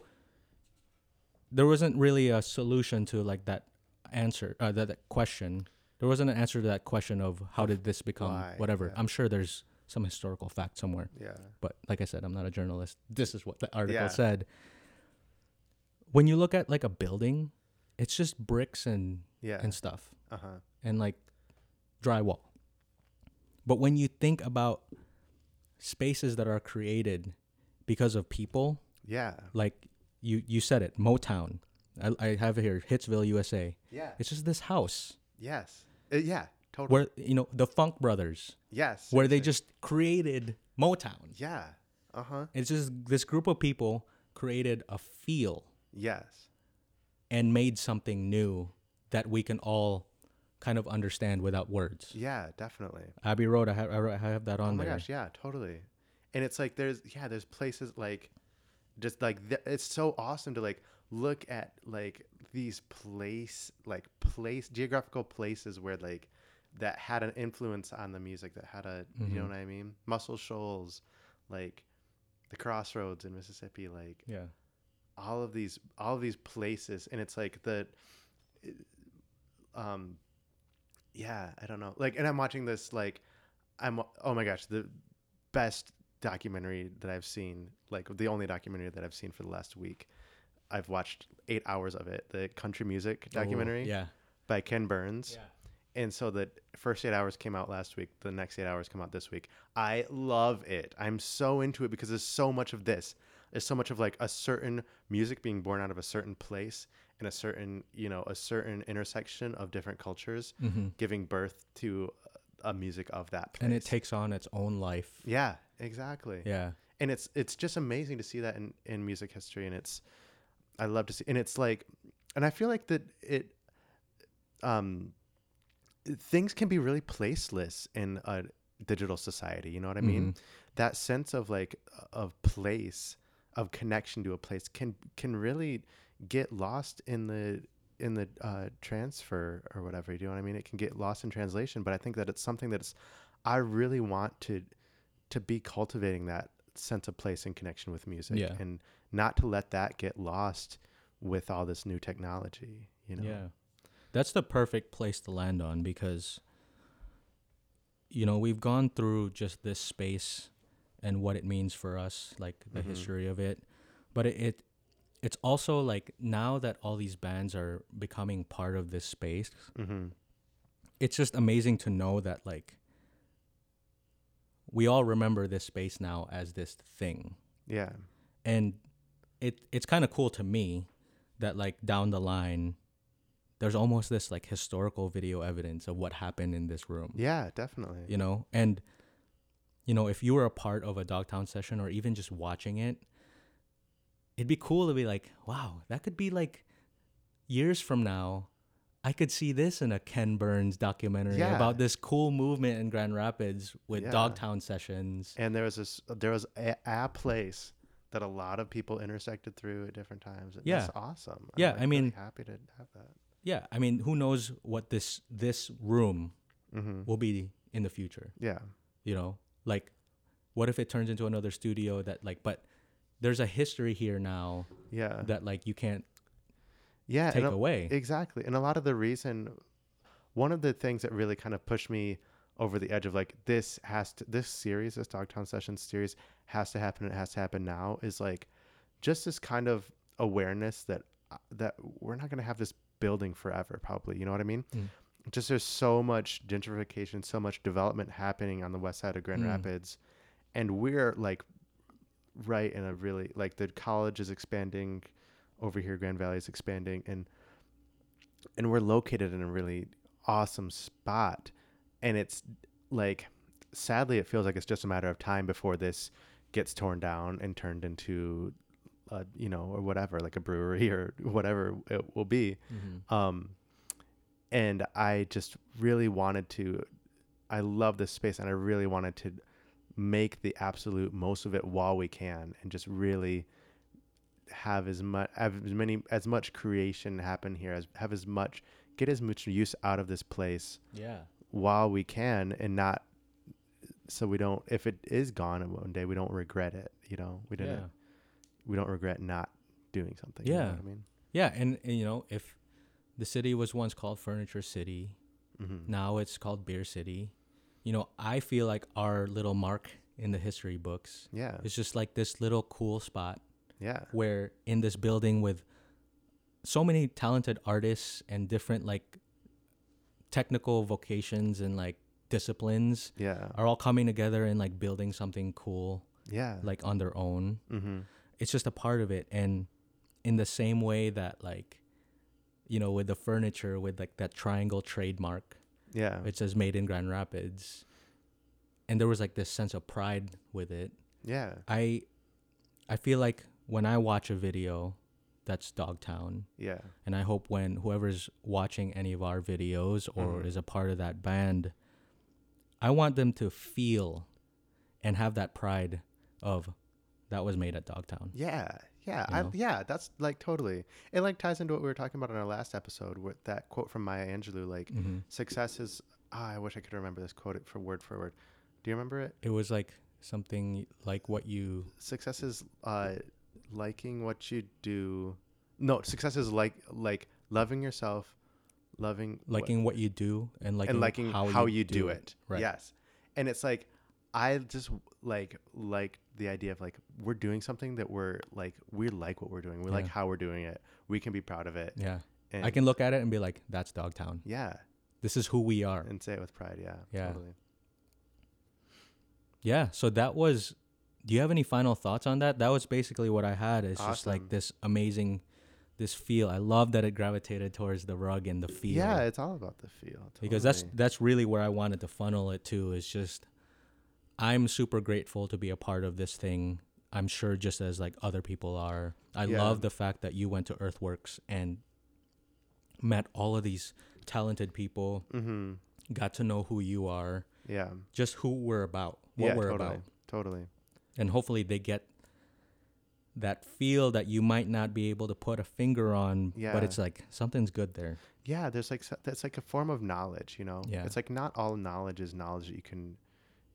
[SPEAKER 1] there wasn't really a solution to like that answer, uh, that, that question. there wasn't an answer to that question of how did this become
[SPEAKER 2] Why,
[SPEAKER 1] whatever.
[SPEAKER 2] yeah.
[SPEAKER 1] I'm sure there's some historical fact somewhere,
[SPEAKER 2] Yeah.
[SPEAKER 1] but like I said, I'm not a journalist. This is what the article
[SPEAKER 2] Yeah.
[SPEAKER 1] said. When you look at like a building, it's just bricks and
[SPEAKER 2] Yeah.
[SPEAKER 1] and stuff
[SPEAKER 2] Uh huh.
[SPEAKER 1] and like drywall. But when you think about spaces that are created because of people,
[SPEAKER 2] Yeah.
[SPEAKER 1] like you you said it, Motown. I, I have it here, Hitsville, USA.
[SPEAKER 2] Yeah.
[SPEAKER 1] It's just this house
[SPEAKER 2] Yes. Uh, yeah. Totally.
[SPEAKER 1] where you know the Funk Brothers,
[SPEAKER 2] yes.
[SPEAKER 1] where they
[SPEAKER 2] yes,
[SPEAKER 1] just created Motown.
[SPEAKER 2] Yeah. Uh huh.
[SPEAKER 1] It's just this group of people created a feel
[SPEAKER 2] Yes.
[SPEAKER 1] and made something new that we can all kind of understand without words.
[SPEAKER 2] Yeah. Definitely.
[SPEAKER 1] Abbey Road, I have, I have that on
[SPEAKER 2] Oh my
[SPEAKER 1] there.
[SPEAKER 2] gosh. Yeah. Totally. And it's like there's yeah there's places like just like th- it's so awesome to like look at like these place like place geographical places where like that had an influence on the music that had a you
[SPEAKER 1] Mm-hmm.
[SPEAKER 2] know what I mean Muscle Shoals like the crossroads in Mississippi like
[SPEAKER 1] Yeah.
[SPEAKER 2] all of these all of these places and it's like the um yeah i don't know like and i'm watching this like i'm oh my gosh the best documentary that i've seen like the only documentary that i've seen for the last week i've watched eight hours of it the country music
[SPEAKER 1] Oh,
[SPEAKER 2] documentary
[SPEAKER 1] yeah.
[SPEAKER 2] by ken burns
[SPEAKER 1] Yeah.
[SPEAKER 2] and so the first eight hours came out last week the next eight hours come out this week i love it i'm so into it because there's so much of this there's so much of like a certain music being born out of a certain place and a certain you know a certain intersection of different cultures giving birth to a music of that place
[SPEAKER 1] Mm-hmm. And it takes on its own life.
[SPEAKER 2] yeah exactly
[SPEAKER 1] Yeah.
[SPEAKER 2] and it's it's just amazing to see that in in music history and it's i love to see and it's like and i feel like that it um things can be really placeless in a digital society you know what i mean that sense of like of place of connection to a place can can really get lost in the in the uh, transfer or whatever you know what i mean it can get lost in translation but i think that it's something that's i really want to to be cultivating that sense of place and connection with music
[SPEAKER 1] Yeah.
[SPEAKER 2] and not to let that get lost with all this new technology you know
[SPEAKER 1] Yeah. That's the perfect place to land on because, you know, we've gone through just this space and what it means for us, like the
[SPEAKER 2] Mm-hmm.
[SPEAKER 1] history of it. But it, it, it's also like now that all these bands are becoming part of this space,
[SPEAKER 2] mm-hmm.
[SPEAKER 1] it's just amazing to know that, like, we all remember this space now as this thing.
[SPEAKER 2] yeah
[SPEAKER 1] and it it's kind of cool to me that like down the line there's almost this like historical video evidence of what happened in this room
[SPEAKER 2] yeah definitely
[SPEAKER 1] you know and you know if you were a part of a dogtown session or even just watching it it'd be cool to be like wow that could be like years from now i could see this in a ken burns documentary
[SPEAKER 2] Yeah.
[SPEAKER 1] about this cool movement in grand rapids with
[SPEAKER 2] Yeah.
[SPEAKER 1] dogtown sessions
[SPEAKER 2] and there was this there was a, a place that a lot of people intersected through at different times and
[SPEAKER 1] Yeah.
[SPEAKER 2] that's awesome
[SPEAKER 1] Yeah,
[SPEAKER 2] like,
[SPEAKER 1] I mean-
[SPEAKER 2] really happy to have that
[SPEAKER 1] yeah i mean who knows what this this room
[SPEAKER 2] mm-hmm.
[SPEAKER 1] will be in the future
[SPEAKER 2] yeah
[SPEAKER 1] you know like what if it turns into another studio that like but there's a history here now
[SPEAKER 2] yeah
[SPEAKER 1] that like you can't
[SPEAKER 2] yeah and
[SPEAKER 1] take
[SPEAKER 2] a-
[SPEAKER 1] away
[SPEAKER 2] Exactly. And a lot of the reason one of the things that really kind of pushed me over the edge of like this has to this series, this Dogtown Sessions series has to happen, it has to happen now is like just this kind of awareness that uh, that we're not gonna have this building forever, probably. You know what I mean?
[SPEAKER 1] Mm.
[SPEAKER 2] Just there's so much gentrification, so much development happening on the west side of Grand
[SPEAKER 1] Mm.
[SPEAKER 2] Rapids. And we're like right in a really like the college is expanding over here, Grand Valley is expanding and and we're located in a really awesome spot and it's like sadly it feels like it's just a matter of time before this gets torn down and turned into uh, you know or whatever like a brewery or whatever it will be
[SPEAKER 1] Mm-hmm.
[SPEAKER 2] um and i just really wanted to i love this space and i really wanted to make the absolute most of it while we can and just really have as much have as many as much creation happen here as have as much get as much use out of this place
[SPEAKER 1] yeah
[SPEAKER 2] while we can and not so we don't if it is gone one day we don't regret it you know we didn't
[SPEAKER 1] yeah
[SPEAKER 2] we don't regret not doing something you know
[SPEAKER 1] Yeah.
[SPEAKER 2] what i mean
[SPEAKER 1] yeah and, and you know if the city was once called furniture city
[SPEAKER 2] Mm-hmm.
[SPEAKER 1] Now it's called Beer City. You know, I feel like our little mark in the history books
[SPEAKER 2] Yeah.
[SPEAKER 1] is just like this little cool spot
[SPEAKER 2] Yeah.
[SPEAKER 1] where in this building with so many talented artists and different like technical vocations and like disciplines
[SPEAKER 2] Yeah.
[SPEAKER 1] are all coming together and like building something cool
[SPEAKER 2] Yeah.
[SPEAKER 1] like on their own.
[SPEAKER 2] mm-hmm.
[SPEAKER 1] It's just a part of it and in the same way that like you know with the furniture with like that triangle trademark
[SPEAKER 2] Yeah.
[SPEAKER 1] it says made in Grand Rapids and there was like this sense of pride with it
[SPEAKER 2] yeah.
[SPEAKER 1] I I feel like when I watch a video that's Dogtown,
[SPEAKER 2] Yeah.
[SPEAKER 1] and I hope when whoever's watching any of our videos or
[SPEAKER 2] Mhm.
[SPEAKER 1] is a part of that band, I want them to feel and have that pride of that was made at Dogtown.
[SPEAKER 2] Yeah. Yeah.
[SPEAKER 1] You
[SPEAKER 2] I,
[SPEAKER 1] know?
[SPEAKER 2] yeah. That's like totally. It like ties into what we were talking about in our last episode with that quote from Maya Angelou. Like
[SPEAKER 1] hmm
[SPEAKER 2] success is. ah, I wish I could remember this quote for word for word. Do you remember it?
[SPEAKER 1] It was like something like what you
[SPEAKER 2] Success is uh, liking what you do. No, success is like like loving yourself, loving what-
[SPEAKER 1] liking what, you do and liking,
[SPEAKER 2] and liking how, you, do, it.
[SPEAKER 1] Right.
[SPEAKER 2] Yes. And it's like I just like like the idea of like we're doing something that we're like we like what we're doing. We like
[SPEAKER 1] Yeah.
[SPEAKER 2] how we're doing it. We can be proud of it.
[SPEAKER 1] Yeah.
[SPEAKER 2] And
[SPEAKER 1] I can look at it and be like, that's Dogtown.
[SPEAKER 2] yeah,
[SPEAKER 1] This is who we are.
[SPEAKER 2] and say it with pride. Yeah.
[SPEAKER 1] Yeah.
[SPEAKER 2] Totally.
[SPEAKER 1] Yeah, so that was do you have any final thoughts on that? That was basically what I had. It's just
[SPEAKER 2] Awesome.
[SPEAKER 1] like this amazing this feel. I love that it gravitated towards the rug and the feel.
[SPEAKER 2] Yeah, it's all about the feel. Totally.
[SPEAKER 1] Because that's that's really where I wanted to funnel it to is just I'm super grateful to be a part of this thing. I'm sure just as like other people are. I
[SPEAKER 2] Yeah.
[SPEAKER 1] love the fact that you went to Earthworks and met all of these talented people,
[SPEAKER 2] mm-hmm.
[SPEAKER 1] got to know who you are,
[SPEAKER 2] Yeah.
[SPEAKER 1] just who we're about, what
[SPEAKER 2] yeah,
[SPEAKER 1] we're
[SPEAKER 2] totally.
[SPEAKER 1] about
[SPEAKER 2] Totally.
[SPEAKER 1] and hopefully they get that feel that you might not be able to put a finger on
[SPEAKER 2] Yeah.
[SPEAKER 1] but it's like something's good there
[SPEAKER 2] yeah there's like so- that's like a form of knowledge you know
[SPEAKER 1] Yeah.
[SPEAKER 2] it's like not all knowledge is knowledge that you can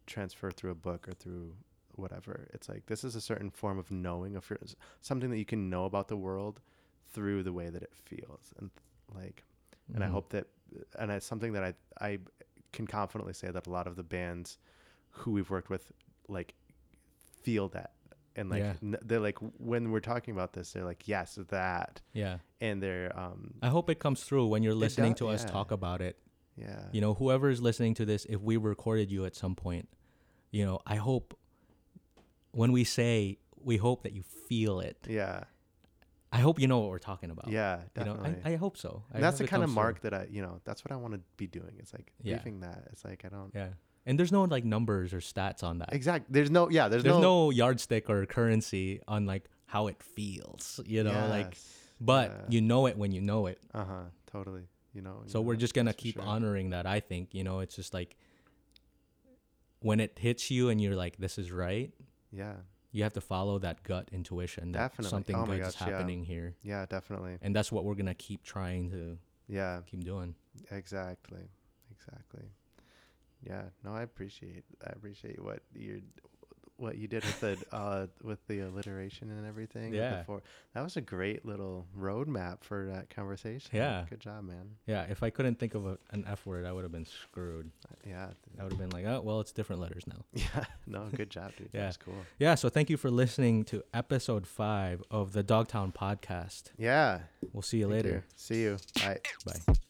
[SPEAKER 2] transfer through a book or through whatever it's like this is a certain form of knowing of your, something that you can know about the world through the way that it feels and like and i
[SPEAKER 1] Mhm.
[SPEAKER 2] hope that and it's something that i i can confidently say that a lot of the bands who we've worked with like feel that and like
[SPEAKER 1] Yeah.
[SPEAKER 2] n- they're like when we're talking about this they're like yes that
[SPEAKER 1] yeah
[SPEAKER 2] and they're um
[SPEAKER 1] i hope it comes through when you're listening
[SPEAKER 2] do-
[SPEAKER 1] to us
[SPEAKER 2] yeah.
[SPEAKER 1] talk about it
[SPEAKER 2] yeah
[SPEAKER 1] you know whoever is listening to this if we recorded you at some point you know i hope when we say we hope that you feel it
[SPEAKER 2] yeah
[SPEAKER 1] i hope you know what we're talking about
[SPEAKER 2] Yeah,
[SPEAKER 1] Oh, you know
[SPEAKER 2] definitely.
[SPEAKER 1] i, I hope so I
[SPEAKER 2] and that's
[SPEAKER 1] hope
[SPEAKER 2] the
[SPEAKER 1] it
[SPEAKER 2] kind of
[SPEAKER 1] comes through.
[SPEAKER 2] mark that I, you know, that's what I want to be doing. It's like
[SPEAKER 1] Yeah.
[SPEAKER 2] leaving that. It's like I don't
[SPEAKER 1] yeah and there's no like numbers or stats on that
[SPEAKER 2] exact. There's no yeah. There's,
[SPEAKER 1] there's no,
[SPEAKER 2] no,
[SPEAKER 1] yardstick or currency on like how it feels, you know, like but
[SPEAKER 2] yeah.
[SPEAKER 1] you know it when you know it.
[SPEAKER 2] uh huh totally. You know. you
[SPEAKER 1] So
[SPEAKER 2] know,
[SPEAKER 1] we're just going to
[SPEAKER 2] that's for
[SPEAKER 1] keep
[SPEAKER 2] sure.
[SPEAKER 1] honoring that, I think, you know, it's just like when it hits you and you're like this is right,
[SPEAKER 2] Yeah,
[SPEAKER 1] you have to follow that gut intuition that
[SPEAKER 2] Definitely.
[SPEAKER 1] something
[SPEAKER 2] Oh my
[SPEAKER 1] good is
[SPEAKER 2] gosh, yeah.
[SPEAKER 1] happening here.
[SPEAKER 2] yeah, definitely.
[SPEAKER 1] And that's what we're going to keep trying to
[SPEAKER 2] Yeah,
[SPEAKER 1] keep doing.
[SPEAKER 2] exactly, exactly. Yeah, no, I appreciate I appreciate what you what you did with the uh with the alliteration and everything. with the
[SPEAKER 1] Yeah.
[SPEAKER 2] four- that was a great little roadmap for that conversation.
[SPEAKER 1] Yeah.
[SPEAKER 2] good job, man.
[SPEAKER 1] Yeah, if I couldn't think of a, an F word, I would have been screwed.
[SPEAKER 2] Uh, Yeah,
[SPEAKER 1] I would have been like, "Oh, well, it's different letters now."
[SPEAKER 2] yeah. No, good job, dude. That
[SPEAKER 1] Yeah.
[SPEAKER 2] was cool.
[SPEAKER 1] Yeah, so thank you for listening to episode 5 of the Dogtown podcast.
[SPEAKER 2] Yeah.
[SPEAKER 1] We'll see you
[SPEAKER 2] Thank
[SPEAKER 1] later.
[SPEAKER 2] you. See you. Bye.
[SPEAKER 1] Bye.